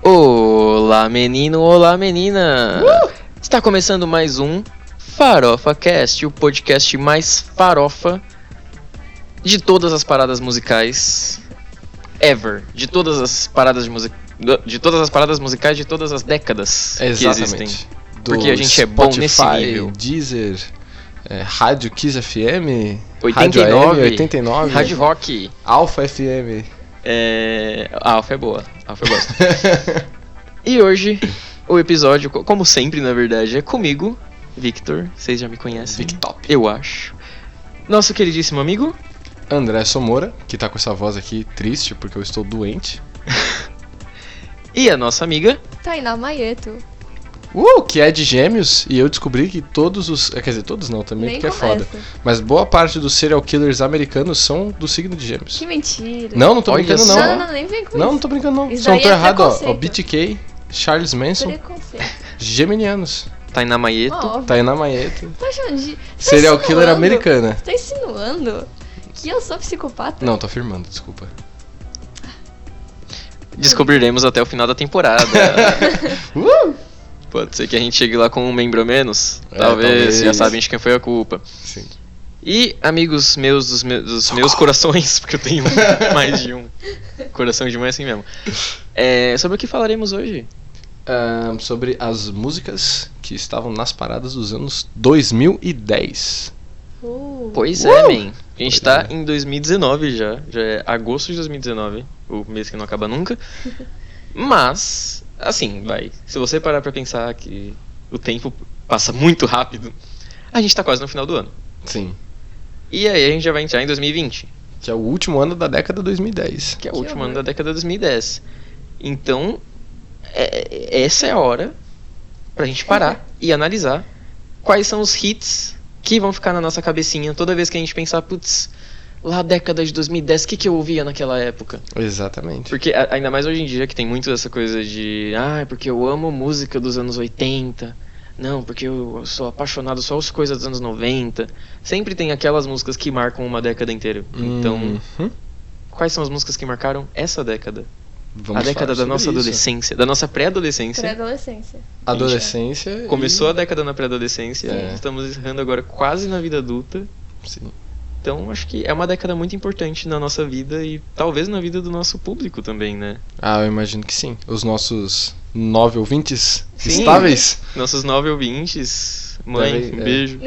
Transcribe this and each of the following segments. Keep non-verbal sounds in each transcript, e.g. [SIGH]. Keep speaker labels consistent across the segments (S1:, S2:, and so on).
S1: Olá, menino, olá, menina!
S2: Uh!
S1: Está começando mais um Farofa Cast, o podcast mais farofa de todas as paradas musicais ever, de todas as paradas de música, de todas as paradas musicais de todas as décadas que existem.
S2: Exatamente. Do
S1: Porque a gente é bom nesse
S2: Spotify,
S1: nível.
S2: Deezer, é, Rádio Kiss FM, Rádio
S1: 89,
S2: AM, 89,
S1: Hard Rock,
S2: Alpha FM.
S1: é... a Alfa é boa, a Alfa eu
S2: [LAUGHS]
S1: gosto. e hoje o episódio, co- como sempre na verdade, é comigo, Victor, vocês já me conhecem.
S2: Victop.
S1: Eu acho. Nosso queridíssimo amigo.
S2: André Somora, que tá com essa voz aqui triste porque eu estou doente.
S1: E a nossa amiga.
S3: Tainá Tá Maieto.
S2: Uh, que é de gêmeos, e eu descobri que todos os. é, Quer dizer, todos não também,
S3: Nem
S2: porque é
S3: começa.
S2: foda. Mas boa parte dos serial killers americanos são do signo de gêmeos.
S3: Que mentira.
S2: Não, não tô
S1: Olha
S2: brincando,
S1: só.
S2: não.
S3: não, não, nem vem com
S2: Não, não
S3: isso.
S2: tô brincando, não.
S3: Isso
S2: Se eu não
S3: daí
S2: tô
S3: é
S2: errado, ó. ó.
S3: preconceito.
S2: BTK, Charles Manson,
S3: Preconceito.
S2: geminianos.
S1: Tainá Maieto.
S3: Ó,
S2: Tá aí na manheta.
S3: tá achando de... tá
S2: Serial killer
S3: insinuando-
S2: americana.
S3: Tá insinuando que eu sou psicopata?
S2: Não, tô afirmando, desculpa.
S1: Descobriremos até o final da temporada.
S2: Uh!
S1: Pode ser que a gente chegue lá com um membro a menos.
S2: É,
S1: talvez,
S2: talvez.
S1: já sabem de quem foi a culpa.
S2: Sim.
S1: E amigos meus dos, meus- dos meus corações, [LAUGHS] porque eu tenho
S2: [LAUGHS]
S1: mais de um. Coração de um é assim mesmo. É, sobre o que falaremos hoje?
S2: Ahn, sobre as músicas que estavam nas paradas dos anos 2010.
S3: Uh,
S1: Pois é, man. A gente
S2: Pois
S1: tá
S2: é.
S1: em 2019 já. Já é agosto de 2019. O mês que não acaba nunca. Mas, assim, vai. Se você parar pra pensar que o tempo passa muito rápido, a gente tá quase no final do ano.
S2: Sim.
S1: E aí a gente já vai entrar em 2020,
S2: Que é o último ano da década de 2010.
S1: que é o
S3: Que
S1: último ano da
S3: horror.
S1: década de 2010. Então, é- essa é a hora pra
S3: Uhum.
S1: gente parar e analisar quais são os hits que vão ficar na nossa cabecinha toda vez que a gente pensar, putz, lá na década de 2010, o que, que eu ouvia naquela época?
S2: Exatamente.
S1: Porque a- ainda mais hoje em dia que tem muito essa coisa de, ah, é porque eu amo música dos anos 80. Não, porque eu sou apaixonado só as coisas dos anos 90. Sempre tem aquelas músicas que marcam uma década inteira. Então,
S2: Uhum.
S1: quais são as músicas que marcaram essa década?
S2: Vamos
S1: a década da
S2: falar sobre
S1: nossa
S2: isso.
S1: adolescência, da nossa pré-adolescência.
S3: Pré-adolescência.
S2: Adolescência.
S1: Começou a
S2: e...
S1: década na pré-adolescência,
S2: É.
S1: estamos errando agora quase na vida adulta.
S2: Sim.
S1: Então, acho que é uma década muito importante na nossa vida e talvez na vida do nosso público também, né?
S2: Ah, eu imagino que sim. Os nossos nove ouvintes
S1: Sim.
S2: estáveis.
S1: Nossos nove ouvintes. Mãe,
S2: Também,
S1: um
S2: é.
S1: beijo.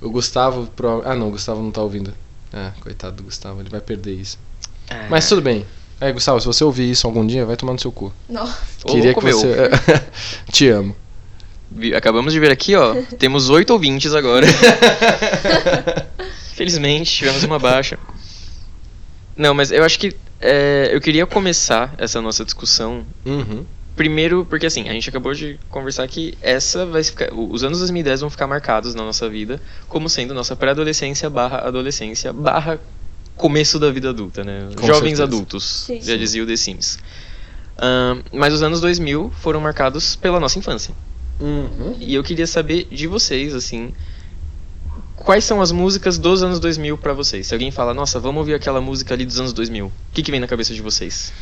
S2: O Gustavo. prova- Ah, não, o Gustavo não tá ouvindo. Ah, coitado do Gustavo, ele vai perder isso. Mas tudo bem. É, Gustavo, se você ouvir isso algum dia, vai tomar no seu cu.
S3: Nossa.
S1: Ô, louco, meu.
S2: você. [LAUGHS] Te amo.
S1: Vi- Acabamos de ver aqui, ó. Temos oito ouvintes
S2: [LAUGHS]
S1: agora. Felizmente, tivemos uma baixa. Não, mas eu acho que é, eu queria começar essa nossa discussão.
S2: Uhum.
S1: Primeiro, porque assim, a gente acabou de conversar que essa vai ficar. o- Os anos 2010 vão ficar marcados na nossa vida como sendo nossa pré-adolescência barra adolescência barra começo da vida adulta, né?
S2: Com
S1: Jovens
S2: certeza.
S1: adultos,
S3: Sim.
S1: já dizia o The Sims. Ahn, mas os anos 2000 foram marcados pela nossa infância.
S2: Uhum.
S1: E eu queria saber de vocês, assim, quais são as músicas dos anos 2000 pra vocês? Se alguém fala, nossa, vamos ouvir aquela música ali dos anos 2000, o que, que vem na cabeça de vocês?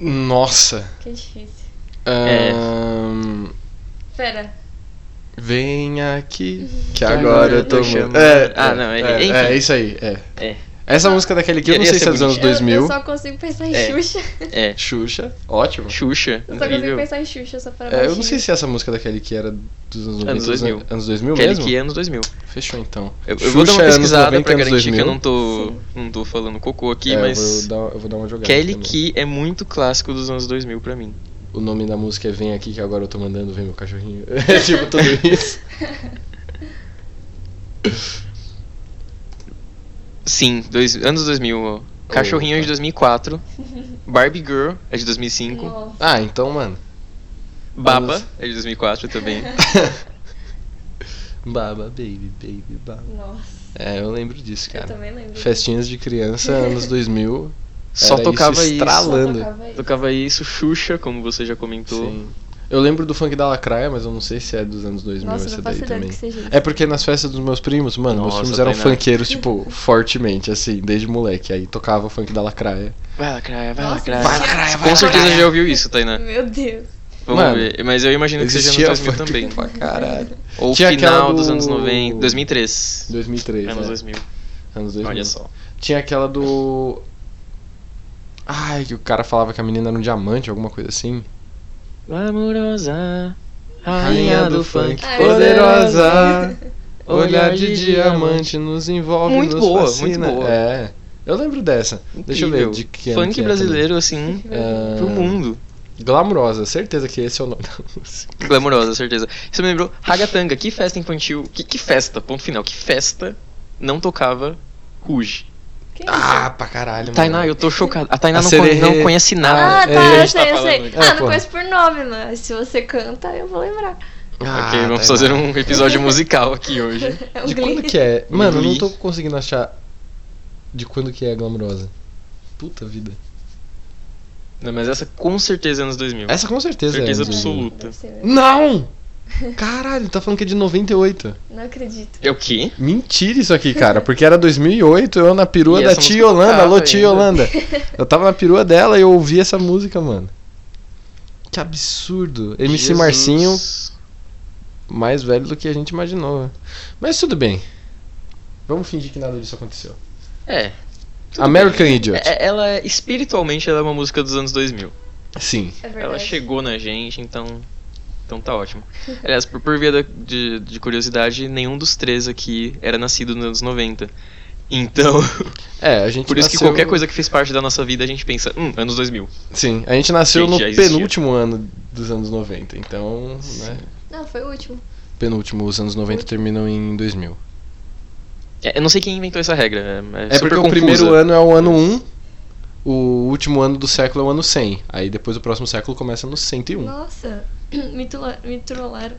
S2: Nossa.
S3: [LAUGHS] Que difícil.
S1: É.
S2: Ahn,
S3: Pera.
S2: Vem aqui. Que
S3: Tá
S1: agora
S2: agora eu tô
S1: eu chamo.
S2: mu- É,
S1: Ah, não, é-
S2: é,
S1: enfim.
S2: é isso aí. É.
S1: É.
S2: Essa música daquele que eu não
S1: Ia
S2: sei
S1: ser
S2: se é dos anos
S3: Eu-
S2: 2000.
S3: Eu, só consigo pensar em
S1: É.
S2: [LAUGHS]
S3: Xuxa.
S1: É,
S2: Xuxa. Ótimo.
S1: Xuxa,
S3: Eu só consigo
S1: incrível.
S3: pensar em Xuxa, só para
S2: É, eu não sei se é essa música daquele que era dos anos 90.
S1: Anos 2000.
S2: Anos 2000
S1: Kelly
S2: mesmo?
S1: que é anos 2000.
S2: Fechou então.
S1: Eu, eu vou dar uma
S2: Xuxa, anos
S1: pesquisada
S2: 90,
S1: pra
S2: anos
S1: garantir que eu
S2: 2000.
S1: não tô,
S3: Sim.
S1: não tô falando cocô aqui,
S2: É,
S1: mas
S2: eu, vou dar, eu vou dar uma jogada.
S1: Kelly
S2: também.
S1: Key é muito clássico dos anos 2000 pra mim.
S2: O nome da música é Vem Aqui que agora eu tô mandando, vem meu cachorrinho. [LAUGHS] É tipo tudo isso.
S1: Sim, dois, anos 2000. ó. Cachorrinho é de 2004. Barbie Girl é de 2005.
S3: Nossa.
S2: Ah, então, mano.
S1: Baba
S2: Anos-
S1: é de 2004
S3: [LAUGHS]
S1: também.
S2: [LAUGHS] Baba, baby, baby, baba.
S3: Nossa.
S2: É, eu lembro disso,
S3: Eu
S2: cara.
S3: também lembro.
S2: Festinhas de criança,
S3: [LAUGHS]
S2: anos 2000.
S1: Só
S2: era
S1: tocava
S2: isso
S1: isso.
S3: Só
S2: estralando.
S3: tocava isso.
S1: Tocava isso, Xuxa, como você já comentou.
S2: Sim. Eu lembro do funk da Lacraia, mas eu não sei se é dos anos 2000
S3: Nossa,
S2: essa
S3: não
S2: daí
S3: faço ideia do
S2: também.
S3: que seja.
S2: É porque nas festas dos meus primos, mano, meus
S1: Nossa,
S2: primos eram
S1: Tainá.
S2: funkeiros, tipo, fortemente, assim, desde moleque. Aí tocava funk da Lacraia.
S1: Vai lá, Craia, vai lá,
S3: Nossa,
S1: Craia.
S3: vai lá,
S2: Craia, vai é
S1: Com
S2: lá,
S1: certeza
S2: Craia.
S1: já ouviu isso,
S2: né?
S1: Tainá.
S3: Meu Deus.
S1: Vamos
S2: Mano,
S1: ver. Mas eu imagino que seja
S2: Existia
S1: nos 2000
S2: funk
S1: também.
S2: pra
S3: [LAUGHS]
S2: caralho.
S1: Ou
S2: Tinha
S1: final
S2: aquela
S1: dos
S2: do-
S1: anos 90. 2003.
S2: 2003,
S1: Anos
S2: né?
S1: 2000.
S2: Anos 2000.
S1: Olha só.
S2: Tinha aquela do... Ai, que o cara falava que a menina era um diamante, alguma coisa assim.
S1: Amorosa, rainha do funk.
S3: Ai,
S2: poderosa,
S1: Olhar
S2: [LAUGHS] olhar
S1: de
S2: de diamante nos envolve,
S1: Muito
S2: nos
S1: boa,
S2: fascina.
S1: muito boa.
S2: É, eu lembro dessa. Deixa eu ver
S1: Incrível.
S2: de que ano que
S1: Funk
S2: é
S1: brasileiro, assim,
S2: também. Ah,
S1: pro mundo.
S2: Glamurosa, certeza que esse é o nome da [LAUGHS] música.
S1: Glamurosa, certeza. Você me lembrou, Ragatanga, que festa infantil. Que, que festa, ponto final. Que festa não tocava Ruge.
S3: Que
S2: Ah, pra caralho,
S1: Tainá,
S2: mano.
S1: eu tô chocado. A Tainá
S2: A
S1: não, con-
S2: Sererê.
S1: não conhece nada.
S3: Ah,
S2: é,
S3: tá,
S2: a
S3: eu
S1: gente
S3: sei,
S1: tá
S3: eu sei.
S1: falando
S2: aqui.
S3: ah,
S2: É,
S3: não
S2: pô.
S3: conheço por nome, mas se você canta, eu vou lembrar.
S2: Ah,
S1: ok, vamos
S2: Tainá.
S1: fazer um episódio musical aqui hoje.
S3: [LAUGHS] É um
S2: De
S3: Glee.
S2: quando que é? Mano, eu não
S1: Glee.
S2: tô conseguindo achar de quando que é Glamurosa. Puta vida.
S1: Não, mas essa com certeza é anos 2000.
S2: Essa com certeza
S1: Certeza
S2: é. anos 2000.
S1: absoluta.
S3: Deve ser mesmo.
S2: Não! Caralho, tá falando que é de 98.
S3: Não acredito.
S1: É o quê?
S2: Mentira isso aqui, cara, porque era 2008, eu na perua
S1: E
S2: da
S1: essa música
S2: tia Holanda, alô
S1: tocava
S2: tia
S1: ainda. [LAUGHS]
S2: Holanda. Eu tava na perua dela e eu ouvi essa música, mano. Que absurdo. MC
S1: Jesus.
S2: Marcinho, mais velho do que a gente imaginou. né? Mas tudo bem. Vamos fingir que nada disso aconteceu.
S1: É.
S2: American Idiot.
S1: É- Ela é- espiritualmente ela é uma música dos anos 2000.
S2: Sim.
S3: É verdade.
S1: Ela chegou na gente, então então tá ótimo. Aliás, por, por via da- de, de curiosidade, nenhum dos três aqui era nascido nos anos 90. Então, [LAUGHS]
S2: É, a gente
S1: por isso que
S2: nasceu-
S1: qualquer coisa que fez parte da nossa vida, a gente pensa, hum, anos 2000.
S2: Sim, a gente nasceu
S1: Gente, já
S2: no
S1: existia.
S2: penúltimo ano dos anos 90, então, né?
S3: Não, foi o último.
S2: Penúltimo, os anos 90 terminam em 2000.
S1: É, eu não sei quem inventou essa regra, é, é
S2: É
S1: super
S2: porque o
S1: confusa.
S2: primeiro ano é o ano 1, o último ano do século é o ano 100. Aí depois o próximo século começa no 101.
S3: Nossa, [CLEARS THROAT] me, tula-
S2: [LAUGHS]
S3: me trollaram.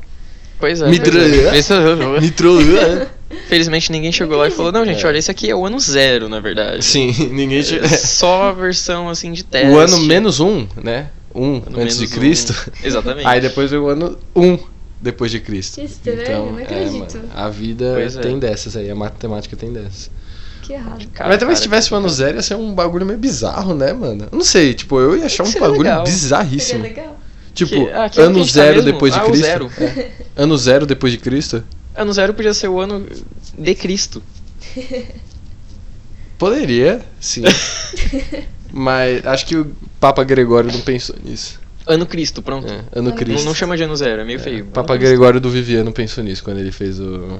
S1: Pois é.
S2: Me
S1: pois
S2: tra-
S1: é. [LAUGHS]
S2: Nitrolã?
S1: Felizmente ninguém chegou lá e falou, não, gente,
S2: É.
S1: olha, esse aqui é o ano zero, na verdade.
S2: Sim, ninguém. te-
S1: É Só a versão assim de teste.
S2: [LAUGHS] O ano menos 1, né? 1
S1: Ano
S2: antes
S1: menos
S2: de
S1: um.
S2: Cristo.
S1: [LAUGHS] Exatamente.
S2: Aí depois vem o ano 1 depois de Cristo.
S3: Que estranho, não
S2: é,
S3: acredito.
S2: mano, a vida
S1: Pois é.
S2: tem dessas aí, a matemática tem dessas.
S3: Que errado.
S1: Cara,
S2: Mas também
S1: cara,
S2: se tivesse o ano zero ia ser um bagulho meio bizarro, né, mano? Eu Não sei, tipo, eu ia achar um
S1: Seria
S2: bagulho
S1: legal.
S3: Seria
S2: bizarríssimo.
S3: legal.
S2: Tipo,
S1: Que- ah, que ano que a
S2: ano
S1: gente tá
S2: zero
S1: mesmo?
S2: depois de
S1: Ah, o
S2: Cristo.
S1: zero.
S2: É. Ano zero depois de Cristo?
S1: [LAUGHS] Ano zero podia ser o ano de Cristo.
S2: Poderia, sim. Mas acho que o Papa Gregório não pensou nisso.
S1: Ano Cristo, pronto.
S2: É, ano
S3: Não,
S1: Não,
S2: Cristo.
S1: não chama de ano zero, é meio feio.
S2: É, Papa Gregório do Viviano pensou nisso quando ele fez o,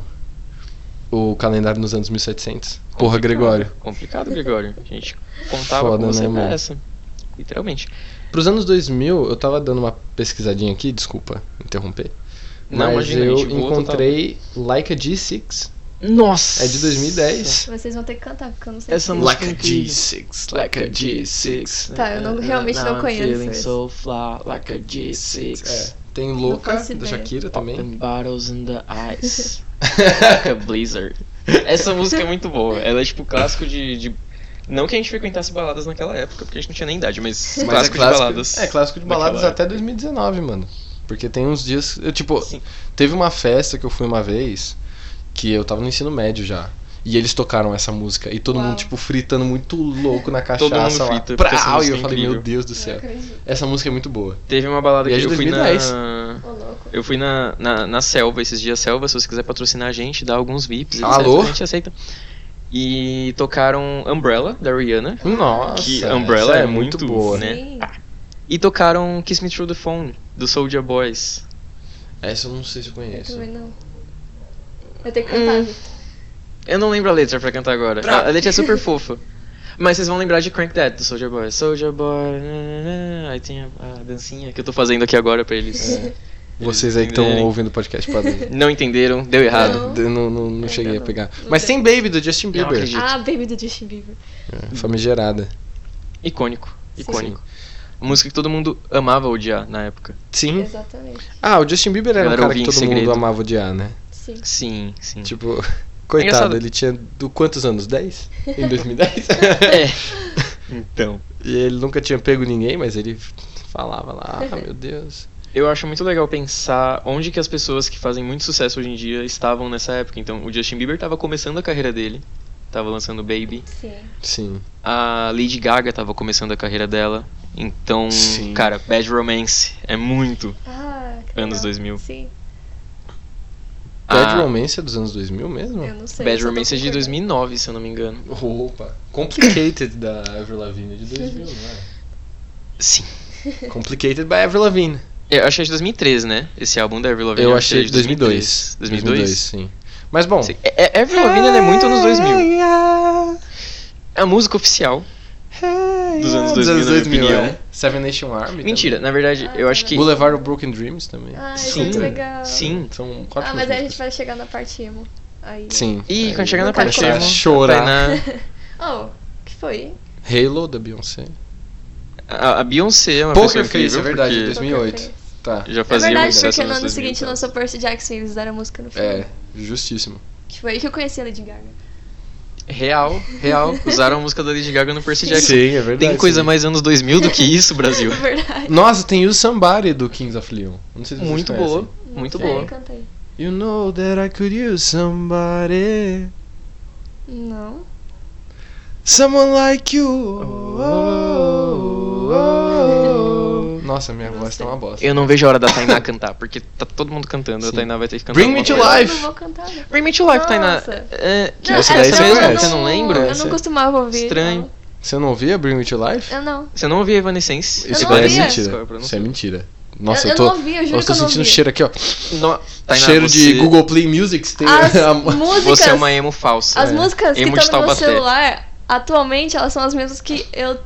S2: o calendário nos anos 1700. Porra,
S1: Complicado,
S2: Gregório.
S1: Complicado, Gregório. A gente contava
S2: Foda,
S1: com você
S2: né,
S1: pra
S2: mano?
S1: essa. Literalmente.
S2: Pros anos 2000, eu tava dando uma pesquisadinha aqui, desculpa interromper.
S1: Não,
S2: mas
S1: imagina, tipo, a
S2: eu
S1: gente voa
S2: encontrei Like a G6.
S1: Nossa!
S2: É de 2010.
S3: [LAUGHS] Vocês vão ter que cantar, porque eu não sei.
S1: Essa
S3: se-
S1: música- Like a
S2: G6,
S1: Like a G6.
S3: Tá, eu não- realmente não
S1: Now É, I'm
S3: conheço
S1: feeling
S3: esse.
S1: so fly, like a G6.
S2: É, tem
S3: Não
S2: Louca,
S3: faço
S2: da
S3: ideia.
S2: Shakira também.
S1: Popping bottles in the
S2: [LAUGHS]
S1: ice. like a blizzard. Essa música é muito boa. Ela é tipo clássico de. de- Não que a gente frequentasse baladas naquela época, porque a gente não tinha nem idade, mas,
S2: Mas
S1: clássico,
S2: é clássico
S1: de baladas.
S2: É, clássico de
S1: naquela
S2: baladas até 2019, mano. Porque tem uns dias. Eu, tipo,
S1: Sim.
S2: teve uma festa que eu fui uma vez que eu tava no ensino médio já. E eles tocaram essa música. E todo
S3: Uau.
S2: mundo, tipo, fritando muito louco na cachaça.
S1: mundo
S2: lá.
S1: frita, porque essa
S2: Prau, e
S1: música
S2: eu
S1: é
S2: falei,
S1: incrível.
S2: meu Deus do
S3: Não
S2: céu.
S3: acredito.
S2: Essa música é muito boa.
S1: Teve uma balada
S2: E é
S1: que
S2: de
S1: eu fui
S2: 2010.
S1: na.
S3: Ô, louco.
S1: Eu fui na, na, na Selva esses dias. Selva, se você quiser patrocinar a gente, dá alguns VIPs. etc,
S2: Alô?
S1: A gente aceita. E tocaram Umbrella, da Rihanna.
S2: Nossa.
S1: Que
S2: essa
S1: Umbrella
S2: é
S1: é muito
S2: boa.
S1: né?
S3: Sim.
S1: E tocaram Kiss Me Through the Phone, do Soulja Boys.
S2: Essa eu não sei se eu
S3: Eu
S2: conheço.
S3: também não. Vai ter que
S1: Hum.
S3: cantar. Vitor.
S1: Eu não lembro a letra pra cantar agora. A, a letra é super fofa. Mas vocês vão lembrar de Crank That, do Soulja Boy. Soulja Boy... né, né. Aí tem a, a dancinha que eu tô fazendo aqui agora pra eles.
S3: É.
S2: Vocês aí que estão
S1: entenderem.
S2: ouvindo o podcast
S1: [LAUGHS]
S2: podem.
S1: Não entenderam, deu errado.
S3: Não.
S2: Eu não, não, não
S3: É,
S2: cheguei
S3: não.
S2: a pegar.
S3: Não
S2: Mas
S3: deu.
S2: tem Baby do Justin
S1: Não
S2: Bieber.
S1: acredito.
S3: Ah, Baby do Justin Bieber.
S2: É, Famigerada.
S1: Icônico,
S3: Sim.
S1: icônico. Música que todo mundo amava odiar na época.
S2: Sim.
S3: Exatamente.
S2: Ah, o Justin Bieber era um
S1: Galera
S2: cara que
S1: ouvia em
S2: todo mundo
S1: segredo.
S2: amava odiar, né?
S3: Sim.
S1: Sim, sim. [LAUGHS]
S2: Tipo, [LAUGHS] coitado,
S1: Engraçado.
S2: ele tinha do quantos anos? 10?
S1: [LAUGHS]
S2: Em 2010?
S1: Então...
S2: e ele nunca tinha pego ninguém, mas ele falava lá, ah, meu Deus.
S1: eu acho muito legal pensar onde que as pessoas que fazem muito sucesso hoje em dia estavam nessa época. Então, o Justin Bieber tava começando a carreira dele, tava lançando Baby.
S3: Sim.
S2: Sim.
S1: A Lady Gaga tava começando a carreira dela. Então,
S2: Sim.
S1: cara, Bad Romance é muito
S3: Ah, que
S1: anos 2000.
S3: legal. Sim,
S2: Bad
S1: Ah.
S2: Romance é dos anos 2000 mesmo?
S3: eu não sei.
S1: Bad
S3: só tô
S1: Romance é de
S3: concordando.
S1: 2009, se eu não me engano.
S2: Opa. Complicated da Avril Lavigne é de 2000, não
S1: Sim.
S2: é? Complicated by Avril Lavigne.
S1: Eu achei de 2013, né? Esse álbum da Avril Lavigne.
S2: Eu achei
S1: que é
S2: de 2002.
S1: 2002?
S2: sim. Mas bom. né,
S1: Sim. É, é, Avril Lavigne
S3: Ah.
S1: ela é muito anos 2000. É a música oficial.
S2: Dos
S1: anos 2000, na minha opinião.
S2: né? Seven Nation Army.
S1: Mentira, na verdade,
S3: Ah,
S1: eu acho
S3: tá
S1: que.
S2: Também. Boulevard of Broken Dreams também.
S3: Ah,
S1: Sim.
S3: é muito legal.
S1: Sim.
S2: São quatro
S3: Ah, mas aí a
S2: músicas.
S3: gente vai chegar na parte emo. Aí... [LAUGHS]
S2: Sim.
S1: Ih,
S2: Aí
S1: quando chegar na
S3: Vai
S1: parte
S3: chorar.
S1: emo, a
S2: Chorar.
S1: Tainá-
S3: Oh, que foi?
S2: Halo da Beyoncé.
S1: A, a Beyoncé é uma
S2: Poker
S1: pessoa
S2: Face,
S1: incrível,
S2: é verdade,
S1: porque
S2: 2008.
S3: Poker
S2: Tá.
S1: Já
S3: Na
S1: fazia
S3: É verdade,
S1: muito
S3: porque
S1: sucesso
S3: no
S1: nos
S3: ano
S1: 2000,
S3: seguinte
S1: então.
S3: lançou Percy Jackson e eles usaram a música no filme.
S2: É, justíssimo.
S3: Que foi aí que eu conheci a Lady Gaga.
S1: Real, real. Usaram a música da Lady Gaga no Percy Jackson.
S2: é verdade.
S1: Tem coisa
S2: sim.
S1: mais anos 2000 do que isso, Brasil.
S3: [LAUGHS] É verdade.
S2: Nossa, tem You Somebody do Kings of Leon. Não sei se vocês
S1: Muito
S2: conhecem.
S1: boa, Hum, muito
S3: Não sei,
S1: boa.
S3: canta aí.
S2: You know that I could use somebody.
S3: Não.
S2: Someone like you. Oh, oh, oh, oh. Nossa, minha
S3: Não
S2: voz tá
S3: sei.
S2: uma bosta.
S1: Eu não vejo a hora da Tainá cantar, porque tá todo mundo cantando, a
S2: Sim.
S1: Tainá vai ter que cantar.
S2: Bring me
S1: alguma
S2: to
S1: coisa.
S2: life.
S3: Eu não vou cantar. né?
S1: Bring Me to Life, Tainá.
S3: Nossa.
S1: É, que
S3: Não, é.
S1: música
S2: essa
S1: é essa
S2: eu
S1: mesmo?
S2: conheço.
S1: Você não lembra? é
S3: Eu não costumava ouvir.
S1: Estranho.
S3: não.
S2: Você não ouvia Bring Me to Life?
S3: Eu
S2: [LAUGHS]
S3: não.
S1: Você não ouvia Evanescence?
S3: Eu
S2: Isso
S3: não
S2: é
S3: ouvia.
S2: mentira. Isso é mentira. Nossa,
S3: eu,
S2: eu, tô.
S3: não ouvi, eu juro
S2: Nossa,
S3: que
S2: tô
S3: eu não
S2: sentindo
S3: ouvi.
S2: cheiro aqui, ó.
S1: No... Tainá,
S2: cheiro
S1: você...
S2: de Google Play Music. Tem
S3: As
S2: a-
S3: músicas,
S1: Você é uma emo falsa.
S3: as
S2: é.
S3: músicas que
S1: Emo de
S3: estão no meu
S1: Taubaté.
S3: celular, atualmente, elas são as mesmas que eu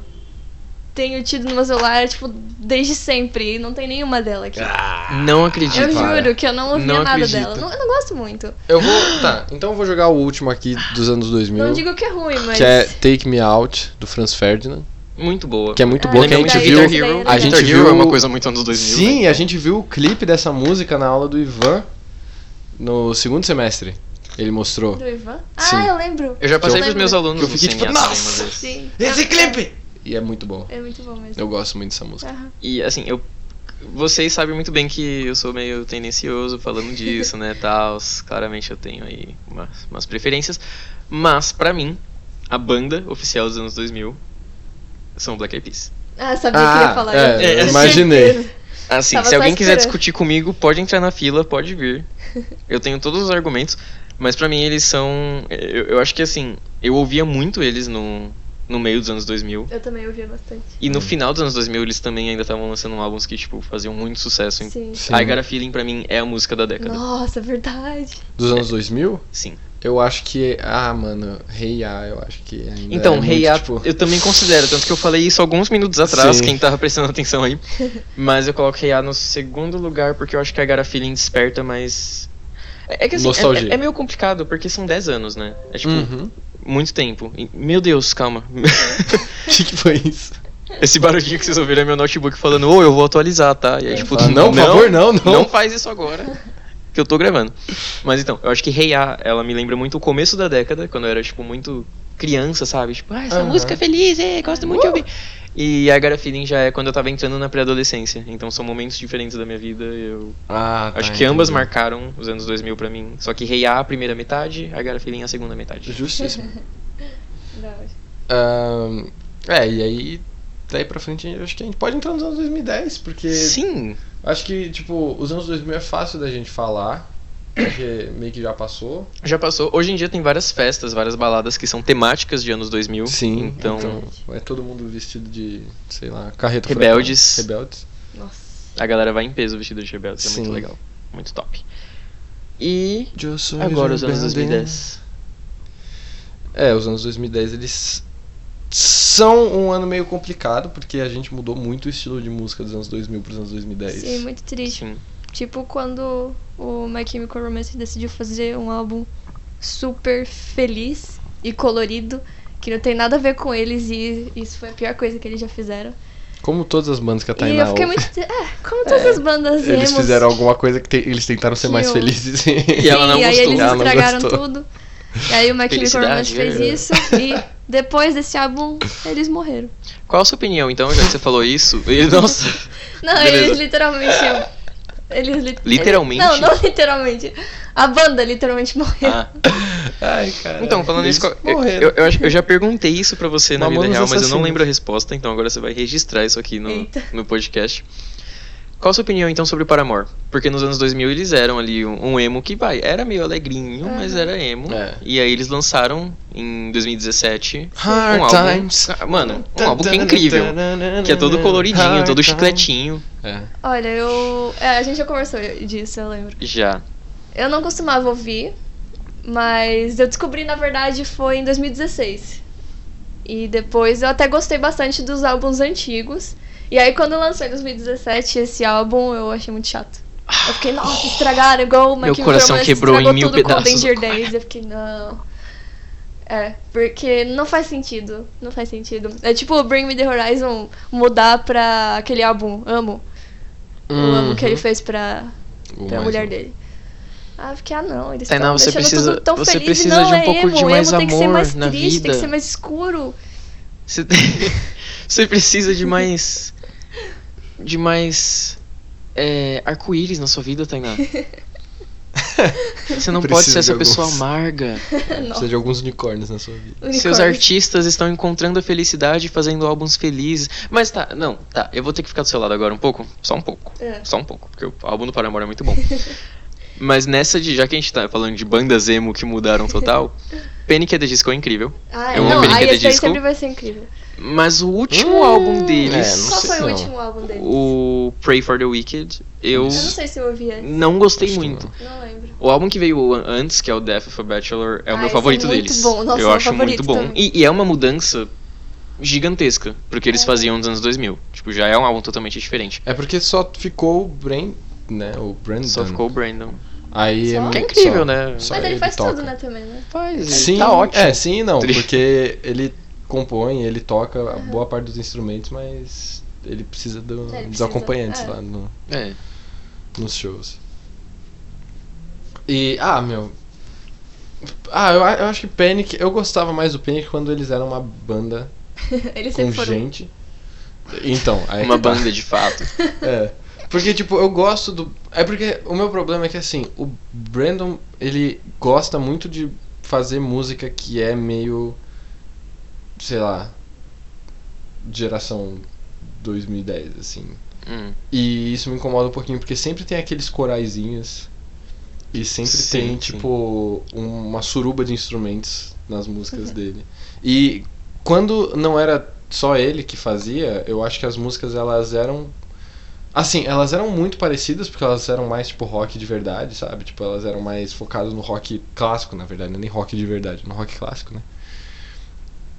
S3: tenho tido no meu celular, tipo, desde sempre. E não tem nenhuma dela aqui.
S2: Ah,
S1: Não acredito.
S3: eu
S2: para.
S3: juro que eu não ouvia
S1: Não
S3: nada
S1: acredito.
S3: dela. Não- eu não gosto muito.
S2: [LAUGHS] Eu vou. Tá, então eu vou jogar o último aqui dos anos 2000.
S3: Não digo que é ruim, mas.
S2: Que é Take Me Out, do Franz Ferdinand.
S1: Muito boa.
S2: Que é muito
S3: Ah,
S2: boa,
S3: é
S2: que a gente
S3: verdade,
S2: viu.
S3: é
S1: Guitar
S3: verdade.
S1: Hero.
S2: A gente
S1: Guitar Hero
S2: viu-
S1: é uma coisa muito anos 2000. né?
S3: então.
S2: Sim, a gente viu o clipe dessa música na aula do Ivan no segundo semestre. Ele mostrou.
S3: Do Ivan?
S2: Sim.
S3: Ah, eu lembro.
S1: Eu já passei
S3: Eu
S1: pros meus
S3: lembro.
S1: alunos
S2: Eu fiquei
S1: no
S2: tipo,
S1: CNA
S2: "Nossa!"
S1: também, uma vez.
S3: Sim.
S2: Esse
S3: É-
S2: clipe! E é muito bom.
S3: É, é muito bom mesmo.
S2: Eu gosto muito dessa música.
S3: Aham.
S1: E assim, eu. Vocês sabem muito bem que eu sou meio tendencioso
S3: [LAUGHS]
S1: falando disso, né? Tal. Claramente eu tenho aí umas, umas preferências. Mas, pra mim, a banda oficial dos anos 2000 são Black Eyed Peas.
S3: Ah, sabia que eu
S2: Ah,
S3: ia falar.
S2: é,
S3: eu- eu
S2: imaginei.
S3: certeza.
S1: Assim,
S3: Tava
S1: se
S3: só
S1: alguém quiser
S3: esperando.
S1: discutir comigo, pode entrar na fila, pode
S3: [LAUGHS]
S1: vir. Eu tenho todos os argumentos, mas pra mim eles são. Eu, eu acho que assim, eu ouvia muito eles no, no meio dos anos 2000.
S3: Eu também ouvia bastante.
S1: E no final dos anos 2000 eles também ainda estavam lançando álbuns que, tipo, faziam muito sucesso.
S3: Sim.
S2: Sim.
S1: I Got a Feeling pra mim é a música da década.
S3: Nossa, é verdade.
S2: Dos anos 2000?
S1: Sim.
S2: Eu acho que. Ah, mano, Rei A, eu acho que ainda.
S1: Então,
S2: é muito,
S1: Hey A,
S2: tipo-
S1: eu também considero, tanto que eu falei isso alguns minutos atrás,
S2: Sim.
S1: quem tava prestando atenção aí. Mas eu coloco Hey A no segundo lugar, porque eu acho que a Gara Feeling desperta, mas. É é que assim,
S2: Nostalgia.
S1: é- é, é meio complicado, porque são 10 anos, né? É tipo,
S2: Uhum.
S1: muito tempo. E- Meu Deus, calma.
S2: [LAUGHS] O que, que foi isso?
S1: Esse barulhinho que vocês ouviram é meu notebook falando, ô, eu vou atualizar, tá? E aí, tipo,
S2: Ah, não, por favor, não, não.
S1: Não faz isso agora. Que eu tô gravando. Mas então, eu acho que Hey A, ela me lembra muito o começo da década, quando eu era, tipo, muito criança, sabe? Tipo, ah, essa
S2: Aham. Uh!
S1: música é feliz, é, gosto muito de ouvir. E I Got a Feeling já é quando eu tava entrando na pré-adolescência. Então são momentos diferentes da minha vida. Eu
S2: Ah, tá,
S1: acho que ambas
S2: entendi.
S1: marcaram os anos 2000 pra mim. Só que Hey A, a primeira metade, I Got a Feeling, a segunda metade.
S2: Justíssimo.
S3: Não,
S2: Ahn, é, e aí. Daí pra frente, eu acho que a gente pode entrar nos anos 2010, porque.
S1: Sim,
S2: Acho que, tipo, os anos 2000 é fácil da gente falar, porque meio que já passou.
S1: já passou. Hoje em dia tem várias festas, várias baladas que são temáticas de anos 2000. Então,
S2: é todo mundo vestido de, sei lá, carreta
S1: Rebeldes.
S2: furacão. Rebeldes.
S3: Nossa.
S1: a galera vai em peso vestida de rebelde. É
S2: Sim.
S1: muito legal. Muito top. E agora os anos 2010.
S2: É, os anos 2010 eles são um ano meio complicado, porque a gente mudou muito o estilo de música dos anos 2000 pros anos 2010.
S3: Sim, muito triste.
S1: Sim.
S3: Tipo quando o My Chemical Romance decidiu fazer um álbum super feliz e colorido, que não tem nada a ver com eles, e isso foi a pior coisa que eles já fizeram.
S2: Como todas as bandas que a
S3: e
S2: Tainá
S3: eu fiquei muito. tri- É, como todas as bandas
S2: Eles
S3: emos,
S2: fizeram alguma coisa que te- eles tentaram ser
S3: Que
S2: mais
S3: eu- [LAUGHS]
S2: felizes.
S1: E ela não
S3: e aí
S1: gostou.
S3: eles
S2: Ela não
S3: estragaram
S2: gostou.
S3: tudo. E aí o My Chemical
S1: Felicidade,
S3: Romance fez
S1: é.
S3: isso, e depois desse álbum eles morreram.
S1: [LAUGHS] Qual a sua opinião, então, já que você falou isso? E, nossa,
S3: Não,
S1: Beleza.
S3: eles literalmente. Eles li-
S1: Literalmente?
S3: Eles- não, não literalmente. A banda literalmente morreu.
S1: Ah.
S2: Ai, cara.
S1: Então, falando
S2: Eles
S1: nisso, qual- eu,
S2: morreram.
S1: eu, eu acho- eu já perguntei isso pra você na vida
S2: Mamonas
S1: real, mas eu não
S2: assassinas.
S1: lembro a resposta, então agora você vai registrar isso aqui no,
S3: Eita.
S1: no podcast. Qual a sua opinião, então, sobre o Paramore? Porque nos anos 2000 eles eram ali um, um emo que, vai, era meio alegrinho,
S3: Aham.
S1: mas era emo.
S2: É.
S1: E aí eles lançaram, em 2017,
S2: Hard
S1: um álbum...
S2: Times.
S1: Ah, Mano, um álbum que é incrível. Que é todo
S2: [LAUGHS]
S1: coloridinho,
S2: Hard
S1: todo
S2: Times.
S1: chicletinho,
S2: É.
S3: Olha, eu. É, a gente já conversou disso, eu lembro.
S1: já.
S3: Eu não costumava ouvir, mas eu descobri, na verdade, foi em 2016. E depois eu até gostei bastante dos álbuns antigos. E aí quando lançou em 2017 esse álbum, eu achei muito chato. Eu fiquei, nossa, estragaram igual o
S1: Meu
S3: Michael
S1: coração
S3: Romance
S1: quebrou em
S3: estragou
S1: mil
S3: tudo
S1: pedaços
S3: com Danger
S1: agora.
S3: Days. Eu fiquei, não. É, porque não faz sentido. Não faz sentido. É tipo Bring Me The Horizon mudar pra aquele álbum, Amo.
S1: Uhum.
S3: O Amo que ele fez pra
S2: O
S3: pra
S2: mais
S3: mulher
S2: um.
S3: dele. Ah, eu fiquei, ah não, eles
S1: Tainá,
S3: estão
S1: você
S3: deixando
S1: precisa-
S3: tudo tão
S1: você
S3: feliz.
S1: precisa
S3: não,
S1: de um
S3: é
S1: pouco
S3: emo,
S1: de mais
S3: emo tem que ser
S1: amor
S3: mais
S1: na
S3: triste, tem
S1: vida.
S3: que ser mais escuro.
S1: Você, [LAUGHS] você precisa de mais. De mais. é, arco-íris na sua vida, Tainá. Você não pode
S2: Precisa
S1: ser essa
S2: de
S1: pessoa
S2: alguns.
S1: amarga.
S2: Precisa de alguns unicórnios na sua vida.
S1: Seus
S3: Unicórnio.
S1: artistas estão encontrando a felicidade fazendo álbuns felizes. Mas tá, não, tá. Eu vou ter que ficar do seu lado agora um pouco. Só um pouco.
S3: É.
S1: Só um pouco, porque o álbum do Paramore é muito bom. Mas nessa de. Já que a gente tá falando de bandas emo que mudaram total, Panic! at the Disco é incrível.
S3: Ah,
S1: Eu
S3: não,
S1: amo ele,
S3: aí
S1: que é de
S3: esse aí
S1: disco.
S3: sempre vai ser incrível.
S1: Mas o último
S2: Hum,
S1: álbum deles.
S2: é, não
S3: Qual
S2: sei
S3: foi o
S2: não.
S3: último álbum dele?
S1: o Pray for the Wicked, eu
S3: Eu não sei se eu ouvi esse,
S1: não gostei
S2: Acho que
S1: muito.
S3: não lembro.
S1: O álbum que veio an- antes, que é o Death of a Bachelor, é o
S3: Ah,
S1: meu
S3: esse
S1: favorito
S3: é muito
S1: deles.
S3: bom. Nossa, é
S1: eu
S3: meu
S1: acho muito
S3: favorito
S1: bom.
S3: também.
S1: E, e é uma mudança gigantesca, porque eles
S3: É.
S1: faziam nos anos 2000. Tipo, já é um álbum totalmente diferente.
S2: É porque só ficou o Brand, né? O Brandon.
S1: Só ficou o Brandon.
S2: Aí é
S3: Só?
S2: muito
S1: Que é incrível,
S2: só.
S1: né?
S2: Só
S3: Mas ele faz
S2: toca.
S3: tudo, né, também,
S1: [LAUGHS]
S3: né?
S1: Faz,
S2: Sim,
S1: tá ótimo.
S2: É, sim e não,
S1: Tri-
S2: porque ele compõe, ele toca a boa parte dos instrumentos, mas ele precisa do-
S3: É, ele
S2: dos
S3: precisa,
S2: acompanhantes
S3: é.
S2: lá no-
S1: É.
S2: nos shows. E, ah, meu. Ah, eu, a- eu acho que Panic. Eu gostava mais do Panic quando eles eram uma banda
S3: Eles
S2: com
S3: sempre foram.
S2: gente. Então, aí
S1: Uma
S2: que tá.
S1: banda de
S2: [LAUGHS]
S1: fato.
S2: É. Porque, tipo, eu gosto do. É porque o meu problema é que, assim, o Brandon, ele gosta muito de fazer música que é meio. Sei lá. Geração 2010, assim.
S1: Hum.
S2: E isso me incomoda um pouquinho, porque sempre tem aqueles coraizinhos. E sempre
S1: Sim,
S2: tem,
S1: sim.
S2: tipo, um- uma suruba de instrumentos nas músicas dele. E quando não era só ele que fazia, eu acho que as músicas elas eram. Assim, elas eram muito parecidas, porque elas eram mais, tipo, rock de verdade, sabe? Tipo, elas eram mais focadas no rock clássico, na verdade, não é nem rock de verdade, no rock clássico, né?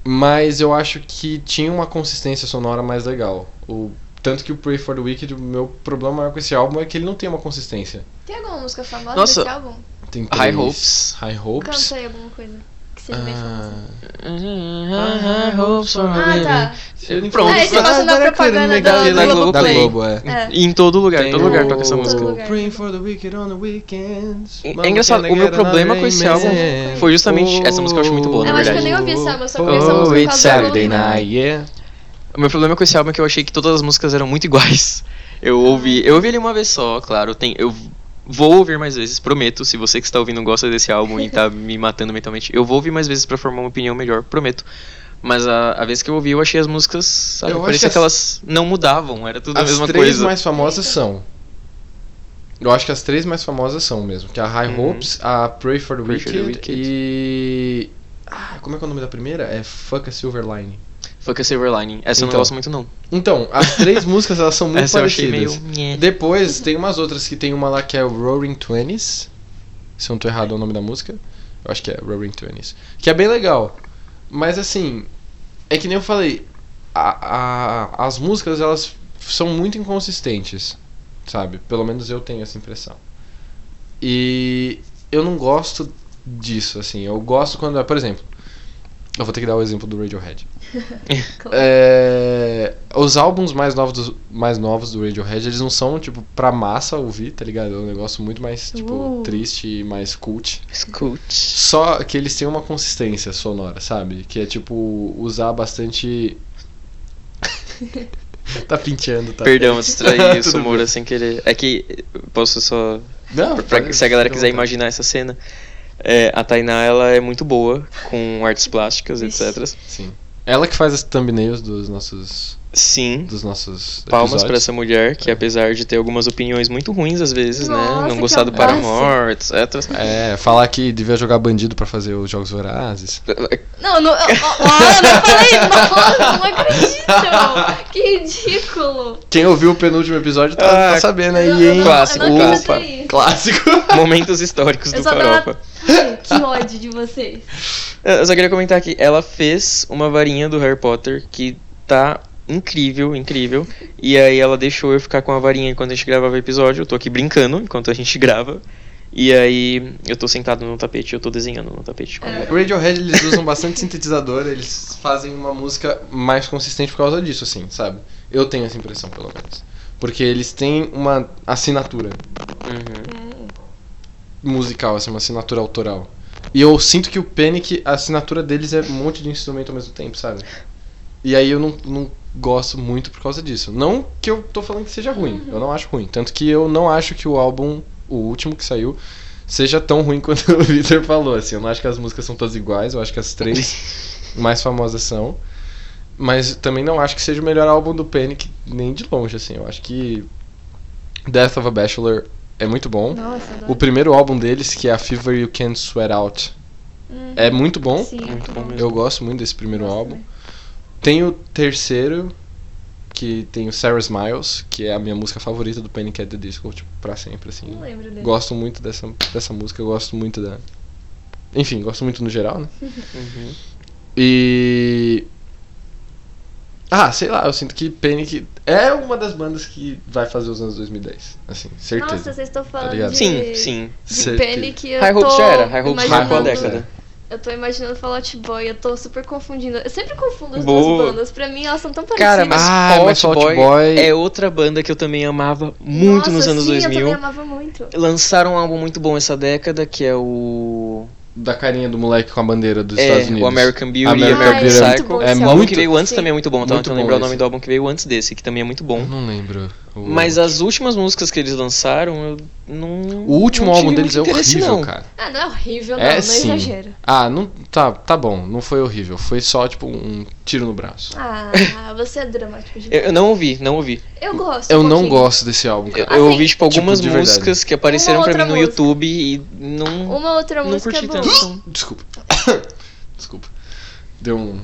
S2: Mas eu acho que tinha uma consistência sonora mais legal. O tanto que o Pray for the Wicked, o meu problema maior com esse álbum é que ele não tem uma consistência.
S3: Tem alguma música famosa
S1: Nossa.
S3: desse álbum?
S2: Tem
S1: High
S2: três-
S1: Hopes.
S2: High Hopes.
S3: Canta aí alguma coisa que seja bem famosa.
S2: Ah,
S3: Ah, tá.
S1: Pronto. É, tá
S3: Ah, esse passa na propaganda
S1: da- da Globo
S2: da
S1: Play.
S2: Globo, é.
S3: É.
S1: E em todo lugar, em
S2: Tem
S1: todo lugar toca essa
S2: o
S1: música.
S3: Todo lugar.
S2: Praying for the Wicked on the Weekends.
S1: É engraçado, o meu problema com esse álbum foi justamente- essa música eu acho muito boa,
S3: na Eu acho que eu verdade. nem ouvi esse álbum, eu só conheço a
S2: oh,
S3: música por
S2: it's
S3: causa da Globo,
S2: Saturday
S3: né?
S2: night, yeah.
S1: O meu problema com esse álbum é que eu achei que todas as músicas eram muito iguais. Eu ouvi, eu ouvi ele uma vez só, claro. Tem, eu vou ouvir mais vezes, prometo. Se você que está ouvindo gosta desse álbum e tá me matando mentalmente, eu vou ouvir mais vezes pra formar uma opinião melhor, prometo. Mas a, a vez que eu ouvi, eu achei as músicas, sabe,
S2: Eu acho
S1: parecia
S2: que
S1: que elas não mudavam, era tudo a
S2: As
S1: mesma
S2: três
S1: coisa.
S2: mais famosas são. Eu acho que as três mais famosas são mesmo, que é a High
S1: Uhum.
S2: Hopes, a Pray for the
S1: Pray for
S2: Wicked,
S1: the Wicked.
S2: e ah, como é que é o nome da primeira? É Fuck a Silver Line.
S1: Fuck a Silver Lining. Essa eu não
S2: Então.
S1: gosto muito não.
S2: Então, as
S1: [LAUGHS]
S2: três músicas elas são muito
S1: Essa eu achei
S2: parecidas.
S1: meio. nhé.
S2: Depois tem umas outras que tem uma lá que é Roaring Twenties. Se eu não tô errado é o nome da música. Eu acho que é Roaring Twenties. Que é bem legal. Mas assim, é que nem eu falei, a- a- as músicas elas são muito inconsistentes, sabe? Pelo menos eu tenho essa impressão. E eu não gosto disso, assim. Eu gosto quando, por exemplo, eu vou ter que dar o exemplo do Radiohead. É, os álbuns mais novos, do, mais novos do Radiohead, eles não são, tipo, pra massa ouvir, tá ligado? É um negócio muito mais, tipo,
S3: Uh.
S2: triste e mais cult.
S1: Escute.
S2: Só que eles têm uma consistência sonora, sabe? Que é, tipo, usar bastante... [LAUGHS] Tá penteando, tá?
S1: Perdão, eu
S2: [LAUGHS]
S1: distraí o
S2: Tudo bem.
S1: Sumura sem querer. É que posso só.
S2: Não,
S1: pra-
S2: pode-
S1: se a galera
S2: fica à
S1: quiser
S2: vontade.
S1: imaginar essa cena, é, a Tainá ela é muito boa com artes plásticas, etc.
S2: Sim. Ela que faz as thumbnails dos nossos.
S1: Sim.
S2: Dos nossos
S1: Palmas
S2: episódios.
S1: pra essa mulher, que
S2: É.
S1: apesar de ter algumas opiniões muito ruins às vezes, né?
S3: Nossa,
S1: Não
S3: que
S1: gostar do
S3: audácia.
S1: Paramore, etc.
S2: É, falar que devia jogar bandido pra fazer os jogos vorazes.
S3: [LAUGHS] Não, não, eu, eu, eu não falei mal, não acredito.
S1: [LAUGHS]
S3: Que ridículo.
S2: Quem ouviu o penúltimo episódio tá,
S1: Ah,
S2: tá sabendo aí,
S3: eu, eu,
S2: hein?
S3: não-
S1: Clássico,
S3: eu não quis
S1: opa.
S3: sair.
S2: Clássico.
S1: Momentos históricos
S3: Eu
S1: do
S3: só tava-
S1: Farofa.
S3: Ai, Que ódio de vocês.
S1: Eu só queria comentar aqui, ela fez uma varinha do Harry Potter que tá incrível, incrível. E aí ela deixou eu ficar com a varinha enquanto a gente gravava o episódio. Eu tô aqui brincando enquanto a gente grava. E aí eu tô sentado no tapete, eu tô desenhando no tapete.
S3: É.
S2: Radiohead eles usam bastante sintetizador, eles fazem uma música mais consistente por causa disso, assim, sabe? Eu tenho essa impressão, pelo menos. Porque eles têm uma assinatura
S1: Uhum.
S3: Hum.
S2: musical, assim, uma assinatura autoral. E eu sinto que o Panic, a assinatura deles é um monte de instrumento ao mesmo tempo, sabe? E aí eu não, não gosto muito por causa disso. Não que eu tô falando que seja ruim, eu não acho ruim. Tanto que eu não acho que o álbum, o último que saiu, seja tão ruim [LAUGHS] quanto o Victor falou, assim. Eu não acho que as músicas são todas iguais, eu acho que as três mais famosas são. Mas também não acho que seja o melhor álbum do Panic, nem de longe, assim. Eu acho que Death of a Bachelor é muito bom.
S3: Nossa, adoro.
S2: O primeiro álbum deles, que é a Fever You Can't Sweat Out,
S3: Hum,
S2: é muito bom.
S3: sim,
S1: Muito bom mesmo.
S2: Eu gosto muito desse primeiro
S3: Gosto
S2: álbum.
S3: também.
S2: Tem o terceiro, que tem o Sarah Smiles, que é a minha música favorita do Panic! at the Disco, tipo, pra sempre, assim.
S3: Não lembro dele.
S2: Gosto muito dessa, dessa música, eu gosto muito da... Enfim, gosto muito no geral,
S3: [LAUGHS]
S2: né?
S1: Uhum.
S2: E... Ah, sei lá, eu sinto que Panic! é uma das bandas que vai fazer os anos 2010, assim, certeza.
S3: Nossa, vocês estão falando
S2: ligado?
S3: de...
S1: Sim, sim.
S3: De
S2: Certeza.
S3: Panic, eu
S1: Tá High
S3: tô
S1: Hopes já era, High Hopes
S2: High
S1: marcou a
S3: imaginando...
S2: Hopes,
S1: década.
S3: Eu tô imaginando Fall Out Boy, eu tô super confundindo. Eu sempre confundo as
S1: Boa.
S3: duas bandas. Pra mim, elas são tão parecidas.
S1: Cara, mas
S2: Ah,
S1: Fall
S2: mas
S1: Out
S2: Fall Out
S1: Boy,
S2: Boy-
S1: é outra banda que eu também amava muito
S3: Nossa,
S1: nos anos
S3: sim, eu
S1: 2000.
S3: também amava muito.
S1: Lançaram um álbum muito bom essa década, que é o...
S2: da carinha do moleque com a bandeira dos
S1: é,
S2: Estados Unidos.
S1: o American Beauty,
S2: American
S1: American,
S2: Beauty
S3: é muito
S1: Psycho.
S3: bom
S2: É
S3: esse
S1: O
S3: álbum.
S1: álbum
S2: muito-
S1: que veio antes
S3: Sim.
S1: também é muito bom, tava
S2: Muito
S1: tentando
S2: bom
S1: lembrar o nome
S2: esse. Uhum.
S1: do álbum que veio antes desse, que também é muito bom.
S2: Eu não lembro. O,
S1: Mas é as últimas músicas que eles lançaram, eu não.
S2: o último
S1: não tive
S2: álbum
S1: um muito
S2: deles é
S1: interesse,
S2: horrível,
S1: não.
S2: cara.
S3: Ah, não é horrível, não.
S2: é
S3: não
S2: sim.
S3: exagero.
S2: Ah, não, tá, tá bom, não foi horrível, foi só tipo um tiro no braço.
S1: [LAUGHS]
S3: Ah, você é dramático de
S1: Eu, eu não ouvi, não ouvi.
S3: Eu gosto.
S2: Eu
S3: um
S2: não
S3: pouquinho.
S2: gosto desse álbum,
S1: Eu,
S2: cara.
S3: Ah,
S1: eu
S3: sim.
S1: ouvi, tipo, algumas
S2: Tipo, de verdade.
S1: músicas que apareceram
S3: Uma
S1: pra mim
S3: outra
S1: no
S3: música.
S1: YouTube e não,
S3: Uma outra
S1: não
S3: música
S1: curti
S3: é boa.
S1: tanto. então.
S2: Desculpa. [COUGHS] Desculpa. Deu um.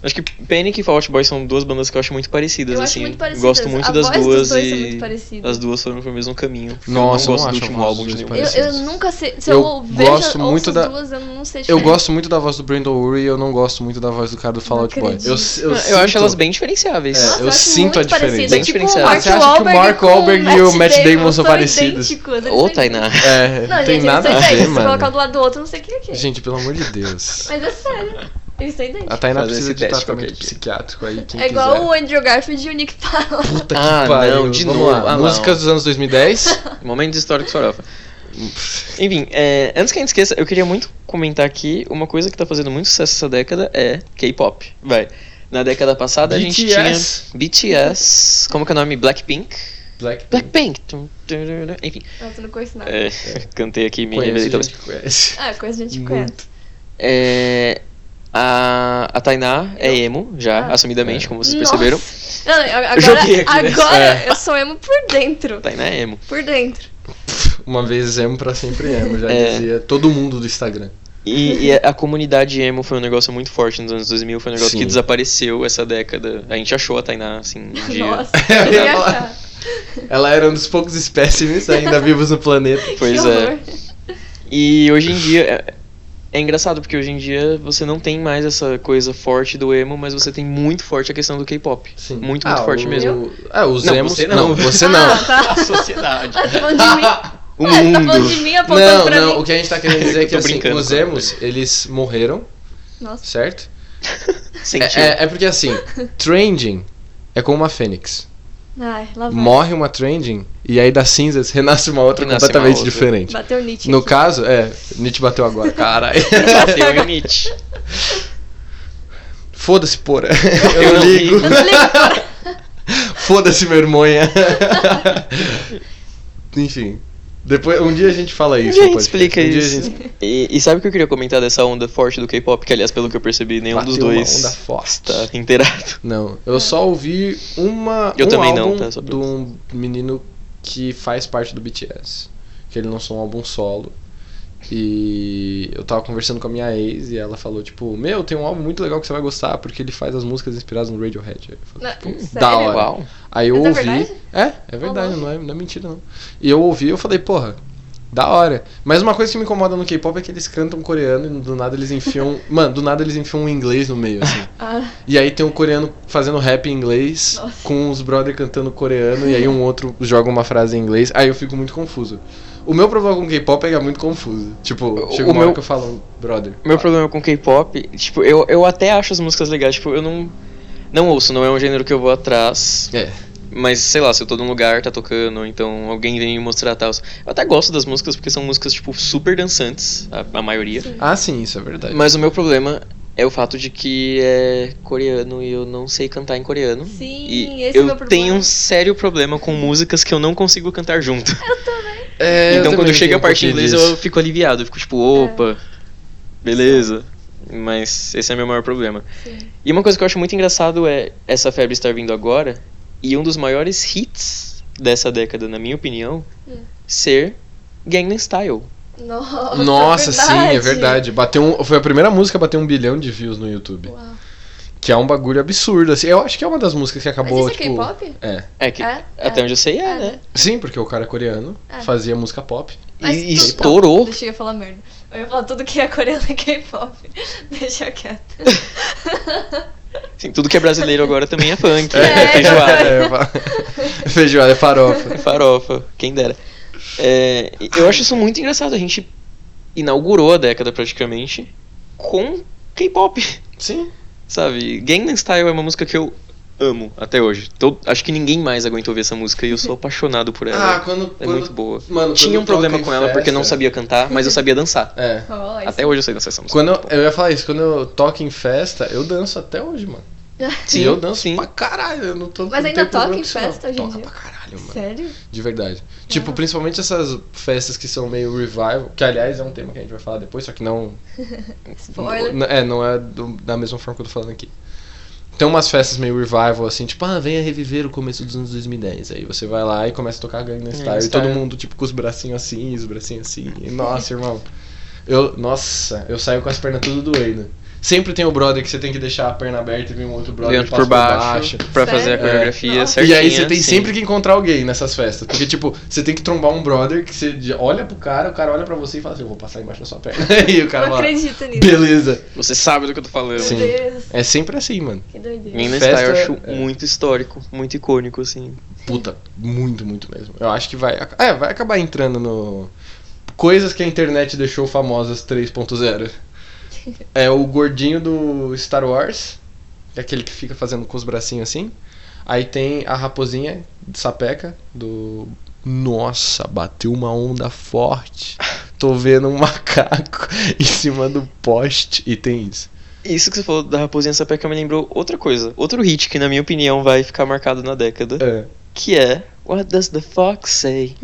S1: Acho que Panic e Fall Out Boy são duas bandas que eu acho muito parecidas,
S3: Eu acho
S1: assim.
S3: muito parecidas.
S1: Gosto muito
S3: A
S1: das
S3: voz dos
S1: duas
S3: dois
S1: e.
S3: são muito parecidas.
S1: As duas foram pro mesmo caminho.
S2: Nossa,
S1: eu não gosto
S2: eu não
S1: do
S2: acho
S1: último
S2: uma voz
S1: álbum
S2: dos
S1: de
S2: dois
S1: nenhum.
S3: Eu, eu
S2: parecidas.
S3: nunca sei. Se eu,
S2: Eu
S3: vejo
S2: gosto
S3: ouço
S2: muito
S3: as
S2: da-
S3: duas, eu não sei
S2: Eu
S3: diferenciar.
S2: gosto muito da voz do Brandon Urie e eu não gosto muito da voz do cara do Fall
S3: Não
S2: Out Boy.
S3: acredito.
S2: Eu,
S1: Eu,
S2: eu,
S1: acho
S2: sinto-
S1: elas bem diferenciadas.
S2: É.
S3: Nossa,
S2: eu
S3: acho
S2: sinto a
S3: muito parecidas.
S2: diferença.
S1: Bem
S3: É
S1: diferenciada.
S3: Tipo,
S2: Você acha
S3: o Mark
S2: que o Mark Wahlberg
S3: com
S2: e o Matt Damon são
S3: Damon são
S2: parecidos?
S3: idênticos, eles
S1: Ô,
S3: são
S1: Tainá.
S2: É,
S3: Não,
S2: não tem
S3: gente,
S2: nada
S3: eles
S2: a
S3: são
S2: ver,
S3: idênticos. Se colocar um
S2: mano.
S3: do lado do outro, eu não sei o que é que é.
S2: Gente, pelo amor de Deus.
S3: Mas é sério. Eles são idênticos.
S2: A Tainá
S1: Fazer
S2: precisa
S1: esse
S2: de
S1: teste
S2: tratamento
S1: qualquer dia.
S2: psiquiátrico aí, quem
S3: É igual
S2: quiser.
S3: o Andrew Garfield e o Nick Parra.
S2: Puta que
S1: Ah,
S2: pariu.
S1: não, de
S2: Vamos
S1: novo.
S2: lá.
S1: Ah, não.
S2: Músicas dos anos [LAUGHS] 2010.
S1: Momentos históricos farofa. Enfim, é, antes que a gente esqueça, eu queria muito comentar aqui uma coisa que tá fazendo muito sucesso essa década é K-pop. Vai. Na década passada a gente
S2: BTS.
S1: tinha BTS, como que é o nome? Blackpink?
S2: Blackpink.
S1: Blackpink. Tum, tum, tum, tum. Enfim,
S3: Nossa, eu não conheço nada.
S1: é, [LAUGHS] cantei aqui me
S2: Conhece,
S1: revelei talvez.
S2: gente, conhece.
S3: Ah, coisa a gente
S2: Muito.
S3: então. conhece.
S1: É, a, a Tainá é emo já,
S3: Ah.
S1: assumidamente,
S2: É.
S1: como vocês perceberam.
S3: Não, não, eu- agora,
S1: Joguei aqui, né?
S3: agora
S2: É.
S3: eu sou emo por dentro.
S1: A Tainá é emo.
S3: Por dentro.
S2: Uma vez emo pra sempre emo, já
S1: É.
S2: dizia todo mundo do Instagram.
S1: E, e a comunidade emo foi um negócio muito forte nos anos 2000, foi um negócio
S2: Sim.
S1: que desapareceu essa década. A gente achou a Tainá, assim,
S3: [LAUGHS]
S1: um dia.
S3: Nossa,
S2: Eu
S3: eu
S2: ia
S3: ia
S2: falar.
S3: achar.
S2: Ela era um dos poucos espécimes
S3: [LAUGHS]
S2: ainda vivos no planeta.
S1: Pois
S3: que
S1: é.
S3: horror.
S1: E hoje em dia. É, é engraçado porque hoje em dia você não tem mais essa coisa forte do emo, mas você tem muito forte a questão do K-pop.
S2: Sim. Ah,
S1: Muito, muito forte
S2: o-
S3: [LAUGHS]
S1: mesmo.
S2: É, os
S1: Não,
S2: emos.
S1: você não.
S2: você não.
S3: Ah, tá.
S1: A
S2: [LAUGHS]
S1: sociedade.
S3: Tá falando de mim.
S1: O
S3: Ah, Tá falando de
S1: mundo.
S3: mim apontando
S2: Não,
S3: pra
S2: não,
S3: mim.
S2: o que a gente tá querendo [LAUGHS] dizer
S1: Eu
S2: é
S1: tô
S2: que assim,
S1: brincando,
S2: os
S1: claro.
S2: emos, eles morreram,
S3: Nossa,
S2: certo?
S1: [LAUGHS] Sentiu.
S2: É, é- é porque
S3: [LAUGHS]
S2: assim, trending é como uma fênix.
S3: ai, lá vai.
S2: morre uma trending e aí das cinzas [LAUGHS] renasce uma outra
S1: Renasce uma
S2: completamente
S1: outra.
S2: diferente.
S3: Bateu Nietzsche.
S2: No
S3: aqui.
S2: caso, é, Nietzsche
S1: [LAUGHS]
S2: bateu agora, caralho.
S1: Bateu em Nietzsche.
S2: Foda-se, porra.
S1: Eu
S2: [LAUGHS] Eu,
S1: não
S2: ligo. [LAUGHS]
S3: Eu não ligo.
S2: Foda-se, mermonha. Enfim. Depois, um dia a gente fala
S1: Um
S2: [LAUGHS] isso.
S1: dia a
S2: no
S1: gente explica
S2: podcast. Um dia a
S1: isso.
S2: gente-
S1: E, e sabe o que eu queria comentar dessa onda forte do K-pop? Que, aliás, pelo que eu percebi, nenhum dos
S2: Bateu uma
S1: dois
S2: onda forte.
S1: tá inteirado.
S2: Não, eu só ouvi uma.
S1: Eu
S2: um
S1: também não,
S2: álbum
S1: tá? Só pra-
S2: De um menino que faz parte do BTS. Que ele lançou um álbum solo. E eu tava conversando com a minha ex e ela falou, tipo, meu, tem um álbum muito legal que você vai gostar, porque ele faz as músicas inspiradas no Radiohead. Aí Eu falei,
S3: Não,
S2: tipo,
S1: [LAUGHS]
S3: sério?
S2: da hora.
S1: Uau.
S2: Aí eu
S3: Mas é
S2: ouvi.
S3: verdade?
S2: É, é verdade,
S3: louco.
S2: não é, não é mentira não. E eu ouvi e eu falei, porra, da hora. Mas uma coisa que me incomoda no K-pop é que eles cantam coreano e do nada eles
S3: [LAUGHS]
S2: enfiam. mano, do nada eles enfiam um inglês no meio, assim.
S3: Ah,
S2: E aí tem um coreano fazendo rap em inglês,
S3: Nossa.
S2: com os brother cantando coreano, e aí um outro joga uma frase em inglês, aí eu fico muito confuso. O meu problema com K-pop é que é muito confuso. Tipo,
S1: O-
S2: chega uma
S1: o
S2: hora
S1: meu-
S2: que eu falo, brother.
S1: Meu problema com K-pop, tipo, eu, eu até acho as músicas legais, tipo, eu não. Não ouço, não é um gênero que eu vou atrás.
S2: É.
S1: Mas sei lá, se eu tô num lugar, tá tocando, ou então alguém vem me mostrar tal. Eu até gosto das músicas porque são músicas, tipo, super dançantes, a, a maioria.
S2: Ah, sim, isso é verdade.
S1: Mas o meu problema é o fato de que é coreano e eu não sei cantar em coreano.
S3: sim,
S1: E
S3: esse é
S1: eu
S3: o meu problema.
S1: tenho um sério problema com músicas que eu não consigo cantar junto.
S2: É, eu
S1: então
S2: também
S1: quando chega
S2: tenho
S1: a parte em
S2: um pouquinho
S1: inglês eu
S2: disso.
S1: fico aliviado, eu fico tipo, opa, beleza. Mas esse é meu maior problema.
S3: É. Sim.
S1: E uma coisa que eu acho muito engraçado é essa febre estar vindo agora e um dos maiores hits dessa década, na minha opinião,
S3: Hum.
S1: ser Gangnam Style.
S3: Nossa,
S2: Nossa, sim, é verdade. Bateu um, foi a primeira música a bater um bilhão de views no YouTube.
S3: Uau.
S2: Que é um bagulho absurdo, assim. Eu acho que é uma das músicas que
S3: Mas
S2: acabou,
S3: isso é
S2: tipo.
S3: K-pop?
S2: é.
S1: É que
S3: É,
S1: até
S3: é,
S1: onde eu sei é,
S3: é,
S1: né?
S2: Sim, porque o cara é coreano
S3: É.
S2: fazia música pop.
S3: Mas
S1: E
S3: tudo-
S1: estourou.
S3: Deixa eu falar merda. Eu ia falar tudo que é coreano é K-pop. [LAUGHS] Deixa quieto.
S2: [LAUGHS]
S1: Assim, tudo que é brasileiro agora também é funk,
S3: [LAUGHS]
S2: [LAUGHS]
S3: É,
S1: é feijoada.
S3: [LAUGHS]
S2: É, fa- [LAUGHS] Feijoada é farofa.
S1: Farofa, quem dera. É, eu acho isso muito engraçado. A gente inaugurou a década praticamente com K-pop,
S2: Sim.
S1: sabe? Gangnam Style é uma música que eu amo até hoje. Tô- acho que ninguém mais aguentou ver essa música e eu sou apaixonado por ela.
S2: Ah, quando.
S1: é
S2: quando-
S1: muito boa.
S2: Mano,
S1: Tinha
S2: quando
S1: um problema
S2: toca em
S1: com ela porque eu não
S2: festa-
S1: sabia cantar, mas eu sabia dançar.
S2: É.
S3: Oh,
S1: Até hoje eu sei dançar essa música.
S2: Quando eu, eu ia falar isso, quando eu toco em festa, eu danço até hoje, mano.
S1: Sim,
S2: e eu danço
S1: sim.
S2: pra caralho, eu não tô
S3: Mas
S2: não
S3: ainda
S2: tenho problema
S3: toca em
S2: com isso, não.
S3: festa hoje em
S2: Toca
S3: dia? Ah.
S2: pra caralho, mano.
S3: Sério?
S2: De verdade. Tipo, principalmente essas festas que são meio revival, que aliás é um tema que a gente vai falar depois, só que não
S3: Spoiler.
S2: N- É, não é do- da mesma forma que eu tô falando aqui. Tem umas festas meio revival, assim, tipo, ah, venha reviver o começo dos anos 2010. Aí você vai lá e começa a tocar
S3: É,
S2: Gangnam Style. e
S1: Style.
S2: todo mundo, tipo, com os bracinhos assim, os bracinhos assim. E, nossa, irmão. Eu, nossa, eu saio com as pernas tudo doendo. Sempre tem o brother que você tem que deixar a perna aberta e vem um outro brother que
S1: Leandro
S2: passa
S1: por baixo, pra fazer a
S3: Sério?
S1: coreografia
S3: Nossa.
S1: certinha.
S2: e aí você tem
S1: sim.
S2: sempre que encontrar alguém nessas festas. Porque, tipo, você tem que trombar um brother que você já olha pro cara, o cara olha pra você e fala assim, eu vou passar embaixo da sua perna. [LAUGHS] e o cara
S3: Não
S2: fala,
S3: acredito nisso.
S2: beleza.
S1: Você sabe do que eu tô falando.
S3: Meu
S2: Sim.
S3: Deus,
S2: É sempre assim, mano.
S3: que doideira.
S1: Gangnam
S2: Festa-
S1: Style eu acho
S2: é.
S1: muito histórico, muito icônico, assim.
S2: Puta, muito, muito mesmo. Eu acho que vai. É, vai acabar entrando no. Coisas que a internet deixou famosas 3.0. É o gordinho do Star Wars, que é aquele que fica fazendo com os bracinhos assim. Aí tem a raposinha de sapeca do. Nossa, bateu uma onda forte. Tô vendo um [LAUGHS] macaco em cima do poste. E tem isso.
S1: Isso que você falou da Raposinha Sapeca me lembrou outra coisa. Outro hit que, na minha opinião, vai ficar marcado na década.
S2: É.
S1: Que é... What does the fox say?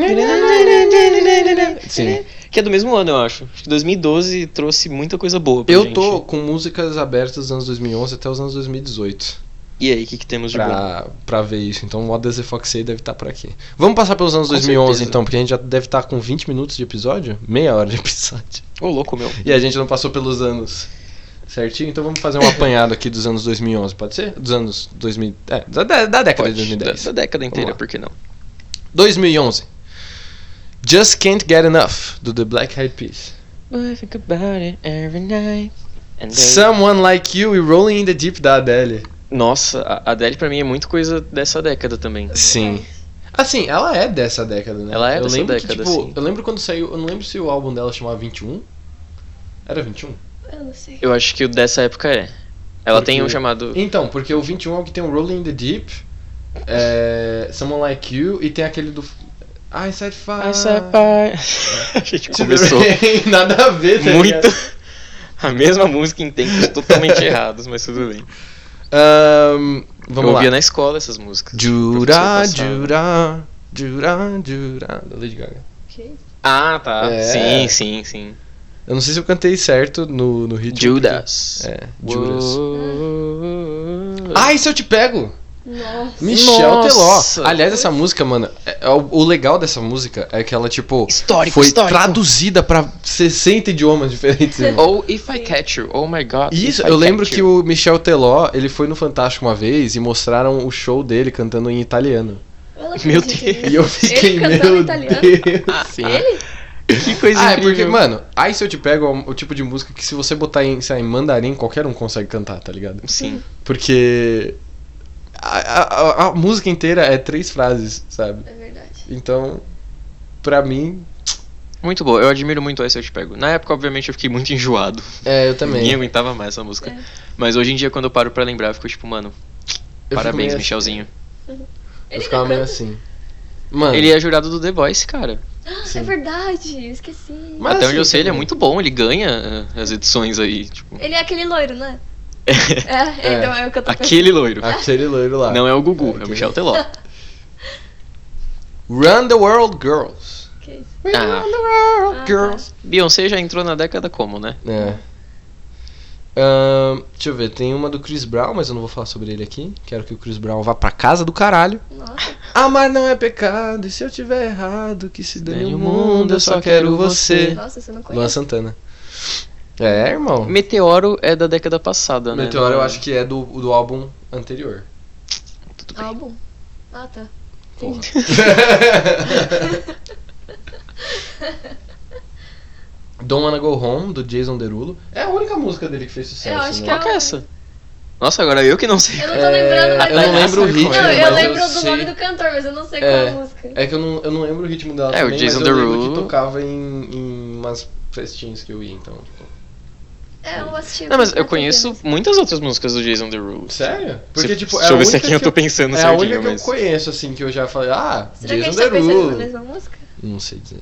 S2: Sim.
S1: Que é do mesmo ano, eu acho. Acho que 2012 trouxe muita coisa boa pra
S2: Eu
S1: gente.
S2: tô com músicas abertas dos anos 2011 até os anos 2018.
S1: E aí, o que, que temos de bom?
S2: pra, pra ver isso. Então o Odyssey Fox 6 deve estar por aqui. Vamos passar pelos anos
S1: Com
S2: 2011
S1: certeza.
S2: então, porque a gente já deve estar com 20 minutos de episódio, meia hora de [LAUGHS] episódio.
S1: Ô, louco, meu.
S2: E a gente não passou pelos anos. Certinho? Então
S1: [LAUGHS]
S2: vamos fazer um apanhado aqui dos anos 2011, pode ser? Dos anos 2000, é, da, da- da década
S1: Pode,
S2: de 2010.
S1: Da, da década inteira,
S2: lá.
S1: por que não?
S2: 2011. Just Can't Get Enough do The Black Eyed Peas.
S1: I think about it every night. And then-
S2: Someone Like You e Rolling in the Deep da Adele.
S1: Nossa, a Adele pra mim é muito coisa dessa década também.
S2: Sim. Assim, ela é dessa década, né?
S1: Ela é
S2: eu
S1: dessa
S2: lembro
S1: década,
S2: que, tipo,
S1: sim.
S2: Eu lembro quando saiu, eu não lembro se o álbum dela chamava 21. Era 21?
S3: Eu não sei.
S1: Eu acho que o dessa época é. Ela
S2: Porque-
S1: tem um chamado...
S2: Então, porque o 21 é o que tem o Rolling in the Deep, é, Someone Like You e tem aquele do. I said fire.
S1: I said bye. [LAUGHS] a gente começou
S2: [LAUGHS] Nada a ver, tá
S1: muito.
S2: ligado?
S1: A mesma música em tempos totalmente errados, mas tudo bem.
S2: Ahn, Vamos
S1: eu
S2: lá.
S1: ouvia né? na escola essas músicas.
S2: Jura,
S1: professor passava.
S2: jura, jura, jura, da Lady Gaga.
S3: Ok.
S1: Ah, tá.
S2: É.
S1: Sim, sim, sim.
S2: Eu não sei se eu cantei certo no, no ritmo.
S1: Judas.
S2: É, Judas.
S1: Judas.
S2: Ai, se eu te pego!
S3: Nossa.
S2: Michel
S1: Nossa.
S2: Teló. Aliás, essa música, mano, é- é o, o legal dessa música é que ela, tipo,
S1: Histórico,
S2: foi
S1: histórico.
S2: traduzida pra 60 idiomas [LAUGHS] diferentes. irmão.
S1: Oh, if I catch you. Oh my god.
S2: E Isso,
S1: if I
S2: eu lembro
S1: catch
S2: que
S1: you.
S2: o Michel Teló, ele foi no Fantástico uma vez e mostraram o show dele cantando
S1: [LAUGHS]
S2: em italiano. [LAUGHS]
S3: Ela
S1: Meu
S3: fez isso,
S1: Deus.
S2: E eu fiquei,
S3: Ele cantando
S2: meu
S3: italiano?
S2: Deus.
S1: Sim.
S3: Ele?
S1: Que [LAUGHS] coisa
S2: Ah, é
S1: incrível.
S2: porque, mano, aí se eu te pego é o tipo de música que se você botar em, sei lá, em mandarim, qualquer um consegue cantar, tá ligado?
S1: Sim.
S2: Porque a, a- a- a música inteira é três frases, sabe?
S3: É verdade.
S2: Então, pra mim.
S1: Muito bom. Eu admiro muito essa Eu Te Pego. Na época, obviamente, eu fiquei muito enjoado.
S2: É, eu
S1: Ninguém
S2: também.
S1: aguentava mais essa música.
S3: É.
S1: Mas hoje em dia, quando eu paro pra lembrar, eu fico tipo, mano,
S2: assim.
S1: parabéns, Michelzinho.
S2: Eu
S3: Ele
S2: ficava
S3: ainda
S2: meio
S3: canta? [LAUGHS]
S2: assim. Mano,
S1: Ele é jurado do The Voice, cara.
S3: Ah,
S2: Sim.
S3: É verdade, esqueci.
S2: assim. Mas
S1: Até
S2: assim,
S1: onde eu sei, ele é
S2: também.
S1: muito bom. Ele ganha eh, as edições aí. Tipo,
S3: Ele é aquele loiro, né? É,
S2: É.
S3: então é o que eu
S1: [LAUGHS]
S3: tô
S1: aquele loiro.
S2: aquele loiro lá.
S1: Não é o Gugu, é o
S2: Ah, aquele-
S1: Michel
S3: [LAUGHS]
S1: Teló.
S2: Run the World Girls.
S3: pensando. Que isso.
S2: We
S1: Ah.
S2: run the world
S3: Ah, tá.
S2: girls.
S1: Beyoncé já entrou na década como, né?
S2: É. Ahn, deixa eu ver, tem uma do Chris Brown, mas eu não vou falar sobre ele aqui. Quero que o Chris Brown vá pra casa do caralho.
S3: Nossa.
S2: Amar não é pecado, e se eu tiver errado, que se dane
S1: Dane
S2: o mundo, eu só quero você.
S3: Nossa, você não
S2: Luan
S3: conhece.
S2: Santana. É, irmão.
S1: Meteoro é da década passada, né?
S2: Meteoro eu acho que é do, do álbum anterior.
S1: Tudo bem.
S3: Álbum? Ah, tá.
S2: Porra. Don't Wanna Go Home, do Jason Derulo. É a única música dele que fez sucesso.
S3: Eu
S2: né?
S3: acho que
S1: Qual que é essa? Nossa, agora eu que não sei.
S3: [LAUGHS] Eu não tô lembrando,
S2: É,
S3: mas
S2: eu não lembro o
S1: Não,
S2: ritmo.
S3: Não,
S1: É,
S3: eu
S2: mas
S3: lembro do
S2: sei-
S3: nome do cantor, mas eu não sei qual
S2: É.
S3: é a música.
S2: É que eu não, eu não lembro o ritmo dela
S1: É, o
S2: também,
S1: Jason
S2: mas eu lembro
S1: Derulo.
S2: que tocava em, em umas festinhas que eu ia, então. tipo,
S3: É, eu assisti.
S1: Não, mas eu
S3: certeza.
S1: conheço muitas outras músicas do Jason Derulo.
S2: Sério? Porque,
S1: Se-
S2: tipo, é
S1: deixa
S2: a
S1: eu ver se
S2: única
S1: aqui eu
S2: que
S1: tô pensando
S2: É a única
S1: certinho,
S2: que eu
S1: mas...
S2: conheço, assim, que eu já falei, ah,
S3: Será que a
S2: Jason
S3: gente tá pensando na
S2: Derulo.
S3: mesma música?
S2: Não sei dizer.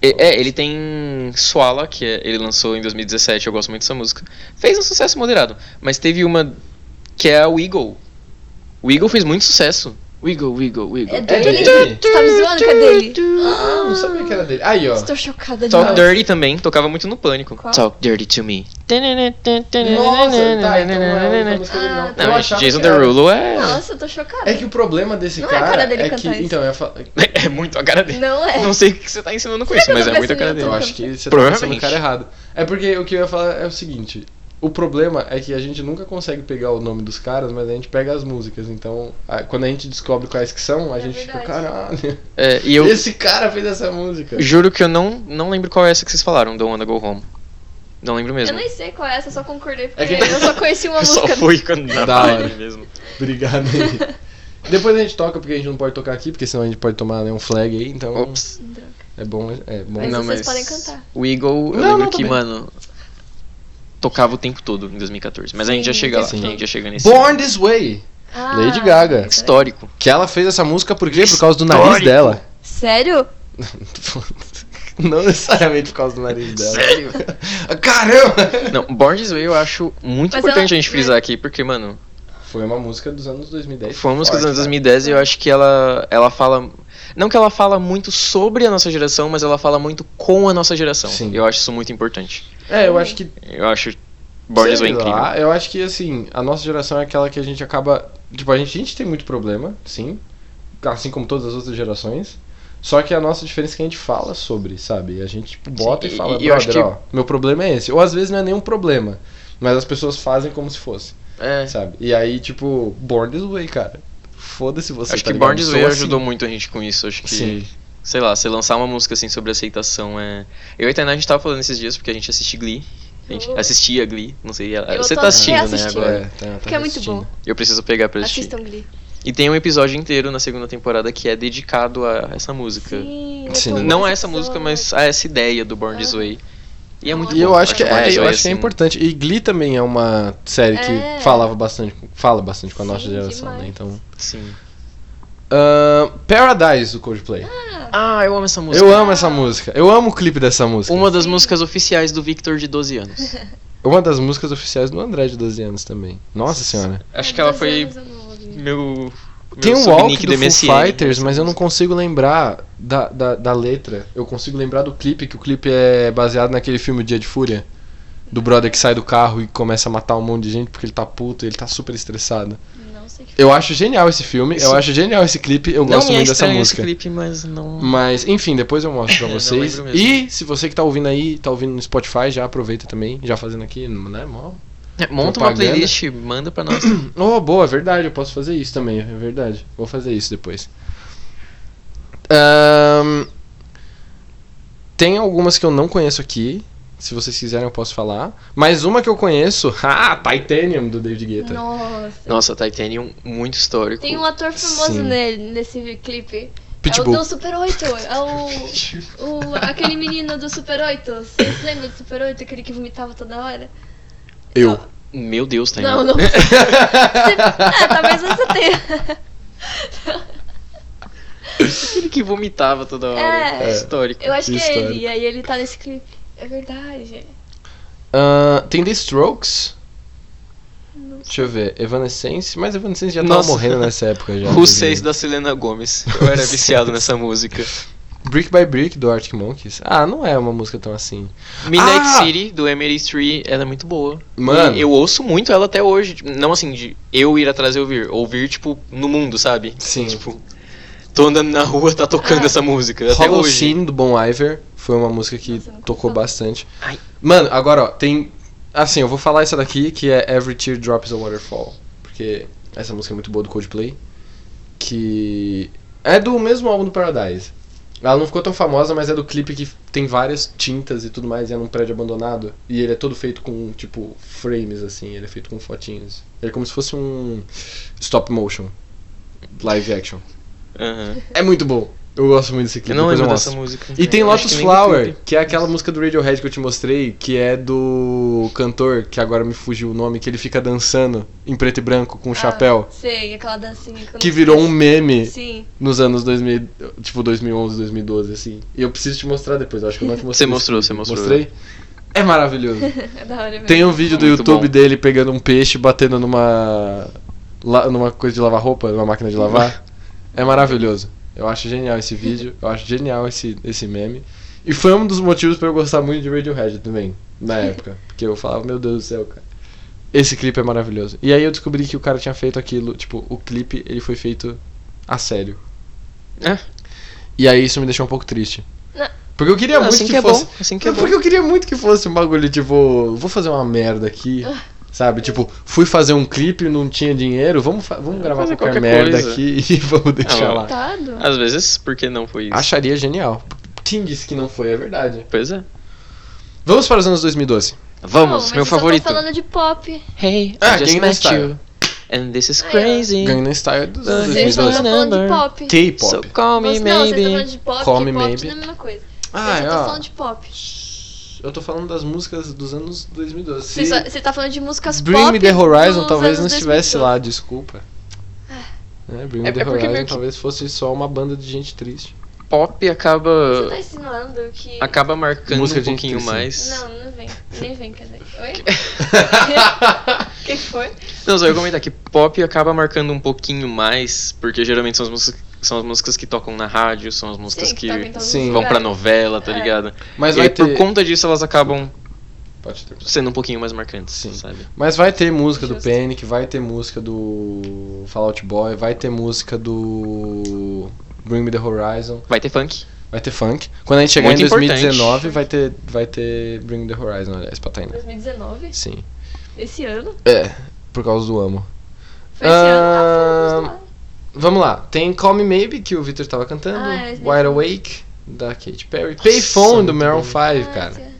S1: É, é, ele tem Suala, que é- ele lançou em 2017, eu gosto muito dessa música. Fez um sucesso moderado, mas teve uma que é a Wiggle. O Eagle fez muito sucesso. Wiggle, Wiggle, Wiggle.
S3: É dele?
S2: dele?
S3: Tá me zoando? que é dele?
S2: Ah, não sabia que era dele. Aí, ó.
S3: Estou chocada
S1: Talk
S3: demais.
S1: Dirty também, tocava muito no Pânico.
S3: Qual? tá, então
S1: Talk Dirty to me.
S2: Nossa, tá, então não é a única música dele,
S3: Ah,
S2: não.
S1: Não,
S2: Eu
S1: gente,
S2: achava
S1: Jason
S2: que era.
S1: Derulo é...
S3: Nossa, eu tô chocada.
S2: É que o problema desse
S3: Não é a
S2: cara.
S3: cara dele
S2: é
S3: cantar
S2: que,
S3: isso.
S2: Então, eu ia falar.
S1: [LAUGHS] É muito a cara dele.
S3: Não é.
S1: Não sei o que você tá ensinando com isso,
S3: que eu
S1: mas
S3: tô
S1: é muito a cara
S3: pensando em
S1: dele.
S2: Eu
S3: Então,
S2: acho que você tá
S1: provavelmente.
S2: pensando no cara errado. É porque o que eu ia falar é o seguinte. O problema é que a gente nunca consegue pegar o nome dos caras, mas a gente pega as músicas. Então, a- quando a gente descobre quais que são, a
S3: É
S2: gente fica,
S3: verdade.
S2: caralho,
S1: É, e eu
S2: [LAUGHS] esse cara fez
S1: [LAUGHS]
S2: essa música.
S1: juro que eu não, não lembro qual é essa que vocês falaram, Don't Wanna Go Home. Não lembro
S3: Eu
S1: mesmo.
S3: nem sei qual é essa, eu só concordei porque
S2: É que-
S3: eu só conheci uma
S1: Eu [LAUGHS] só
S3: música.
S1: fui quando dava
S2: Da hora.
S1: pra mesmo.
S2: Obrigado aí. Depois a gente toca, porque a gente não pode tocar aqui, porque senão a gente pode tomar né, um flag aí, então
S1: Ops.
S2: é bom, é bom.
S3: Mas
S1: não, mas
S3: vocês podem cantar.
S1: O Eagle, eu
S2: Não,
S1: lembro
S2: não, tá
S1: que,
S2: bem.
S1: mano, tocava o tempo todo em 2014. Mas a gente já
S3: Sim,
S1: chega lá,
S3: sim.
S1: a gente já chega nesse
S2: Born This Way,
S3: Ah,
S2: Lady Gaga.
S3: isso é-
S1: histórico.
S2: que ela fez essa música por quê? Por causa do nariz
S1: Histórico.
S2: dela. [LAUGHS]
S3: Sério?
S2: Não necessariamente por causa do nariz dela.
S1: Sério?
S2: Caramba!
S1: Não, Born This Way eu acho muito
S3: Mas
S1: importante
S3: ela- é
S1: a gente frisar aqui, porque, mano,
S2: Foi uma música dos anos 2010.
S1: foi uma música dos anos
S2: Forte,
S1: 2010 e eu acho que ela, ela fala. Não que ela fala muito sobre a nossa geração, mas ela fala muito com a nossa geração.
S2: Sim.
S1: Eu acho isso muito importante.
S2: cara. É, eu acho que.
S1: Eu acho Born This Way
S2: sei
S1: incrível.
S2: lá, eu acho que, assim, a nossa geração é aquela que a gente acaba. Tipo, a gente, a gente tem muito problema, sim. Assim como todas as outras gerações. Só que a nossa diferença é que a gente fala sobre, sabe? A gente tipo, bota
S1: Sim,
S2: e fala,
S1: e- e eu acho
S2: brother, ó, meu problema é esse. Ou às vezes não é nenhum problema, mas as pessoas fazem como se fosse,
S1: É.
S2: sabe? E aí, tipo, Born This Way, cara. Foda-se você,
S1: acho
S2: tá
S1: que
S2: ligado?
S1: Born This
S2: Sou
S1: Way
S2: assim.
S1: ajudou muito a gente com isso. Acho que.
S2: Sim.
S1: sei lá, você lançar uma música assim sobre aceitação é. Eu e a Tainá a gente tava falando esses dias porque a gente assiste Glee. A gente
S3: Oh.
S1: assistia Glee, não sei. ela-
S3: Eu
S1: Você
S3: tô
S1: tá assistindo, né,
S3: reassistindo.
S1: agora?
S2: tá,
S3: Porque é muito bom.
S1: Eu preciso pegar pra assistir.
S3: Assistam Glee.
S1: E tem um episódio inteiro na segunda temporada que é dedicado a essa música.
S3: Sim,
S2: Sim.
S3: eu tô
S1: Não né?
S3: muito
S1: a essa música, mas a essa ideia do Born This
S3: Aham.
S1: Way. E é muito
S2: E eu
S1: bom,
S2: acho que
S1: Born
S2: é,
S1: This
S2: eu
S1: Way,
S2: acho que é
S1: assim,
S2: importante. E Glee também é uma série que
S3: É.
S2: falava bastante, fala bastante com a nossa
S3: Sim,
S2: geração,
S3: demais.
S2: né? Então,
S1: Sim.
S2: Ahn, Paradise do Coldplay.
S1: Ah, eu amo essa música.
S2: Eu amo essa música. Eu amo o clipe dessa música.
S1: Uma das
S3: Sim.
S1: músicas oficiais do Victor de 12 [LAUGHS] anos.
S2: Uma das músicas oficiais do André de 12 anos também. Nossa senhora.
S1: Acho que ela foi
S3: Anos eu não ouvi.
S1: meu.
S2: Tem
S1: meu
S2: um walk
S1: subnick
S2: do Foo
S1: MSN.
S2: Fighters, mas eu não consigo lembrar da, da, da letra. Eu consigo lembrar do clipe, que o clipe é baseado naquele filme Dia de Fúria. Do brother que sai do carro e começa a matar um monte de gente porque ele tá puto e ele tá super estressado.
S3: Não sei o que
S2: Eu acho genial esse filme, eu
S1: Sim.
S2: acho genial esse clipe, eu
S1: Não
S2: gosto
S1: me é
S2: muito dessa
S1: estranho esse
S2: música.
S1: clipe, mas não.
S2: Mas, enfim, depois eu mostro pra
S1: [LAUGHS] É, não
S2: vocês.
S1: lembro mesmo.
S2: E se você que tá ouvindo aí, tá ouvindo no Spotify, já aproveita também, já fazendo aqui, né, mó
S1: É, Monta uma
S2: propaganda.
S1: playlist, manda pra
S2: [COUGHS]
S1: nós.
S2: Oh, boa, é verdade, eu posso fazer isso também, é verdade. Vou fazer isso depois. Ahn, tem algumas que eu não conheço aqui. Se vocês quiserem, eu posso falar. Mas uma que eu conconheço, [LAUGHS] ah, Titanium do David
S3: é.
S2: Guetta.
S3: Nossa.
S1: Nossa, Titanium, muito histórico.
S3: Tem um ator famoso
S2: Sim.
S3: nele, nesse clipe. É o
S2: Pitbull.
S3: do Super 8. É o, o- Aquele menino do Super 8. Vocês lembram do Super 8? Aquele que vomitava toda hora?
S2: Eu.
S1: Meu Deus, Titanium. [LAUGHS]
S3: Não, não. é, talvez você tenha.
S1: Aquele que vomitava toda hora.
S3: É.
S1: Histórico.
S3: Eu acho que é
S2: Histórico.
S3: ele. E aí ele tá nesse clipe. É verdade.
S2: Ahn, tem The Strokes.
S3: Não
S2: Deixa eu ver. Evanescence. Mas Evanescence já tava
S1: Nossa.
S2: morrendo nessa época
S1: [LAUGHS]
S2: já.
S1: Who Says da Selena Gomes. Eu era viciado nessa
S2: [LAUGHS]
S1: música.
S2: Brick by Brick do Arctic Monkeys. Ah, não é uma música tão assim.
S1: Midnight
S2: Ah!
S1: City, do M83, ela é muito boa.
S2: Mano.
S1: E eu ouço muito ela até hoje. tipo, Não assim, de eu ir atrás e ouvir. Ouvir, tipo, no mundo, sabe?
S2: Sim.
S1: Tipo, tô andando na rua, tá tocando
S3: Ah.
S1: essa música. Até
S2: Hollow
S1: hoje.
S2: Scene do Bon Iver foi uma música que
S3: Nossa, eu nunca
S2: tocou
S3: ouvi.
S2: bastante.
S1: Ai.
S2: Mano, agora ó, tem assim, eu vou falar essa daqui que é Every Teardrop is a Waterfall, porque essa música é muito boa do Coldplay, que é do mesmo álbum do Paradise. Ela não ficou tão famosa, mas é do clipe que tem várias tintas e tudo mais, e é num prédio abandonado. E ele é todo feito com, tipo, frames, assim, ele é feito com fotinhos. Ele é como se fosse um stop motion, live action.
S1: Aham.
S2: É muito bom. Eu gosto muito desse clipe.
S1: Eu não
S2: depois
S1: lembro
S2: mostro.
S1: dessa música.
S2: E tem
S1: Eu acho
S2: Lotus
S1: que nem
S2: Flower,
S1: clipe.
S2: que é aquela música do Radiohead que eu te mostrei, que é do cantor, que agora me fugiu o nome, que ele fica dançando em preto e branco com um chapéu,
S3: Ah, sei, aquela dancinha. eu
S2: que
S3: não-
S2: virou um meme
S3: Sim. [LAUGHS]
S2: nos anos 2000, tipo 2011, 2012, assim. E eu preciso te mostrar depois, eu acho que eu não te
S1: Você
S2: mostrei.
S1: mostrou, você mostrou.
S2: Mostrei? É maravilhoso.
S3: É da hora mesmo.
S2: Tem um vídeo do
S1: Muito
S2: YouTube
S1: bom.
S2: dele pegando um peixe e batendo numa la- numa coisa de lavar roupa, numa máquina
S1: [LAUGHS]
S2: de lavar. É maravilhoso. Eu acho genial esse vídeo, eu acho genial esse, esse meme. E foi um dos motivos pra eu gostar muito de Radiohead também,
S1: [LAUGHS]
S2: na época. Porque eu falava, meu Deus do céu, cara. Esse clipe é maravilhoso. E aí eu descobri que o cara tinha feito aquilo, tipo, o clipe ele foi feito a sério.
S1: É.
S2: E aí isso me deixou um pouco triste.
S3: Não.
S2: Porque eu queria
S1: Ah,
S2: muito
S1: assim
S2: que,
S1: que é
S2: fosse.
S1: bom. Assim que é
S2: É
S1: bom.
S2: porque eu queria muito que fosse um bagulho, tipo, vou fazer uma merda aqui.
S1: Ah.
S2: Sabe, tipo, fui fazer um clipe, não tinha dinheiro, vamos, fa- vamos gravar
S1: fazer
S2: qualquer,
S1: qualquer
S2: merda
S1: coisa.
S2: aqui [LAUGHS] e vamos deixar
S1: Ah,
S2: lá.
S3: Coitado.
S1: Às vezes, por que não foi isso?
S2: Acharia genial. Tim disse que não foi, é verdade.
S1: Pois é.
S2: Vamos para os anos 2012.
S3: Não,
S1: Vamos,
S3: mas
S1: meu
S3: eu só tô
S1: favorito.
S3: falando de pop.
S1: Hey,
S2: Ah,
S1: I just
S2: Gangnam
S1: met
S2: Style.
S1: you. And this is
S3: Ah, é.
S1: crazy.
S2: Gangnam Style dos anos
S1: Sim,
S3: Vocês estão
S2: 2012.
S3: falando de
S1: Number.
S3: pop.
S2: K-pop.
S1: So call me
S3: Você- Não, vocês estão falando
S1: maybe.
S3: de
S2: Come
S3: pop, Come pop
S2: maybe.
S3: não é a mesma coisa.
S2: Ah, é,
S3: vocês só estão
S2: ó.
S3: falando de pop.
S2: Eu tô falando das músicas dos anos 2012.
S3: Você,
S2: Se
S3: só, você tá falando de músicas
S2: Bring
S3: pop
S2: Me The Horizon
S3: dos
S2: talvez não
S3: anos
S2: estivesse
S3: 2012.
S2: lá, desculpa.
S3: Ah.
S2: É, Bring Me
S1: É-
S2: The
S1: é porque
S2: Horizon
S1: meio que-
S2: talvez fosse só uma banda de gente triste.
S1: Pop
S3: Você
S1: acaba
S3: tá insinuando que...
S1: acaba marcando
S2: Música
S1: um
S2: de
S1: pouquinho
S2: intuição.
S1: mais.
S3: Não, não vem. Nem vem, cadê? Oi? O [LAUGHS] que foi?
S1: Não, só eu ia comentar que pop acaba marcando um pouquinho mais, porque geralmente são as músicas, são as músicas que tocam na rádio, são as músicas
S3: Sim,
S1: que,
S3: que tocam em todos os
S2: Sim.
S1: vão pra
S3: lugares.
S1: novela, tá
S3: É.
S1: ligado?
S2: Mas
S1: e
S2: vai
S1: aí,
S2: ter...
S1: por conta disso elas acabam
S2: Pode terminar.
S1: sendo um pouquinho mais marcantes,
S2: Sim.
S1: sabe?
S2: Mas vai ter música do
S3: Justo.
S2: Panic, vai ter música do Fallout Boy, vai ter música do Bring Me The Horizon,
S1: Vai ter funk.
S2: vai ter funk. Quando a gente chegar
S1: Muito
S2: em
S1: importante.
S2: 2019, vai ter, vai ter Bring Me The Horizon, aliás, pra Tainá.
S3: 2019?
S2: Sim.
S3: Esse ano?
S2: É, por causa do Amo.
S3: Foi esse
S2: Ah,
S3: ano? Ah, foi no
S2: Vamos lá, tem Call Me Maybe, que o Victor tava cantando,
S3: Ah, é,
S2: Wide Awake, da Katy Perry, Payphone, do
S1: muito
S2: Maroon
S1: bom.
S2: 5,
S3: Ah,
S2: cara.
S3: esse ano.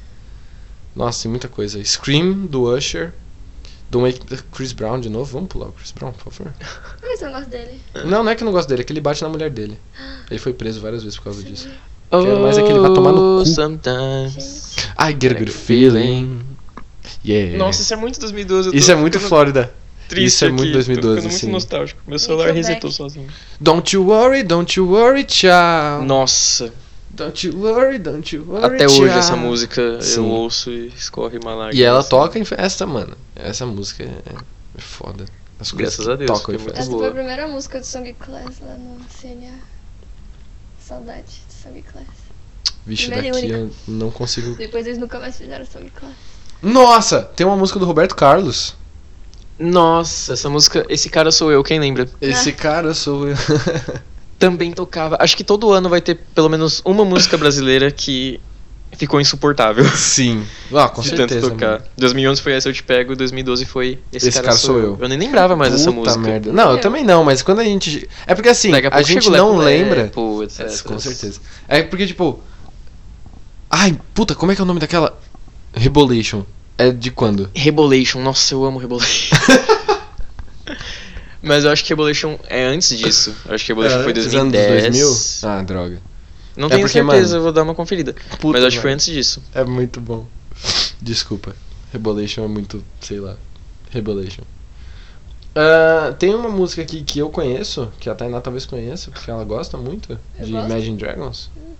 S2: Nossa, tem muita coisa. Scream, do Usher, do Wake- Chris Brown de novo, vamos pular o Chris Brown, por favor.
S3: Mas eu não gosto é dele.
S2: Não, não é que eu não gosto dele, é que ele bate na mulher dele. Ele foi preso várias vezes por causa disso. Quero mais é que ele vai tomar no cu.
S1: Oh,
S2: É.
S1: Sometimes.
S2: I get a good feeling. Yeah.
S1: Nossa, isso é muito 2012. eu tô
S2: isso é muito
S1: ficando
S2: Flórida.
S1: triste
S2: isso é
S1: aqui,
S2: muito
S1: tô
S2: 2012,
S1: ficando
S2: sim.
S1: muito nostálgico. Meu
S3: Muito
S1: celular
S3: back.
S1: resetou sozinho.
S2: Don't you worry, don't you worry, child.
S1: Nossa,
S2: Don't you worry, don't you worry,
S1: até hoje
S2: child.
S1: essa música
S2: Sim.
S1: eu ouço e escorre uma lágrima.
S2: E ela
S1: assim.
S2: toca em festa, mano. Essa música é é foda. As
S1: Graças
S2: coisas que
S1: a Deus,
S2: Tocam,
S1: que é
S2: e
S1: muito
S2: fazem.
S3: Essa
S1: boa.
S3: foi a primeira música do Song Class lá no CNA. Saudade do Song Class.
S2: Vixe,
S3: primeira
S2: daqui
S3: e
S2: eu não consigo.
S3: Depois eles nunca mais fizeram Song Class.
S2: Nossa! Tem uma música do Roberto Carlos.
S1: Nossa, essa música, esse cara sou eu, quem lembra?
S2: Esse cara sou eu. [LAUGHS]
S1: Também tocava. Acho que todo ano vai ter pelo menos uma música brasileira que ficou insuportável
S2: Sim. Ah, com
S1: [LAUGHS] de
S2: certeza.
S1: tanto tocar.
S2: mano.
S1: 2011 foi essa eu te pego, 2012 foi esse, cara, sou eu. Eu nem lembrava mais dessa
S2: Puta
S1: música.
S2: merda. Não, eu
S3: Eu.
S2: também não, mas quando a gente. É porque assim,
S1: Daqui
S2: a,
S1: pouco
S2: gente
S1: chega o né?
S2: não
S1: Lepo
S2: lembra. É,
S1: Lepo, etc.
S2: com certeza. É porque, tipo. Ai, puta, como é que é o nome daquela? Rebolation. É de quando?
S1: Rebolation, nossa, eu amo
S2: [LAUGHS]
S1: Rebolation. Mas eu acho que Rebolation é antes disso. Eu acho que Rebolation foi
S2: antes,
S1: 2010.
S2: É, Anos 2000? Ah, droga.
S1: Não
S2: É
S1: tenho
S2: porque,
S1: certeza,
S2: mano-
S1: eu vou dar uma conferida.
S2: Puta,
S1: Mas acho que foi
S2: velho.
S1: antes disso.
S2: É muito bom. Desculpa. Rebolation é muito, sei lá. Rebolation. Ah, tem uma música aqui que eu conheço, que a Tainá talvez conheça, porque ela gosta muito
S3: Eu
S2: de
S3: gosto.
S2: Imagine Dragons.
S3: Eu gosto.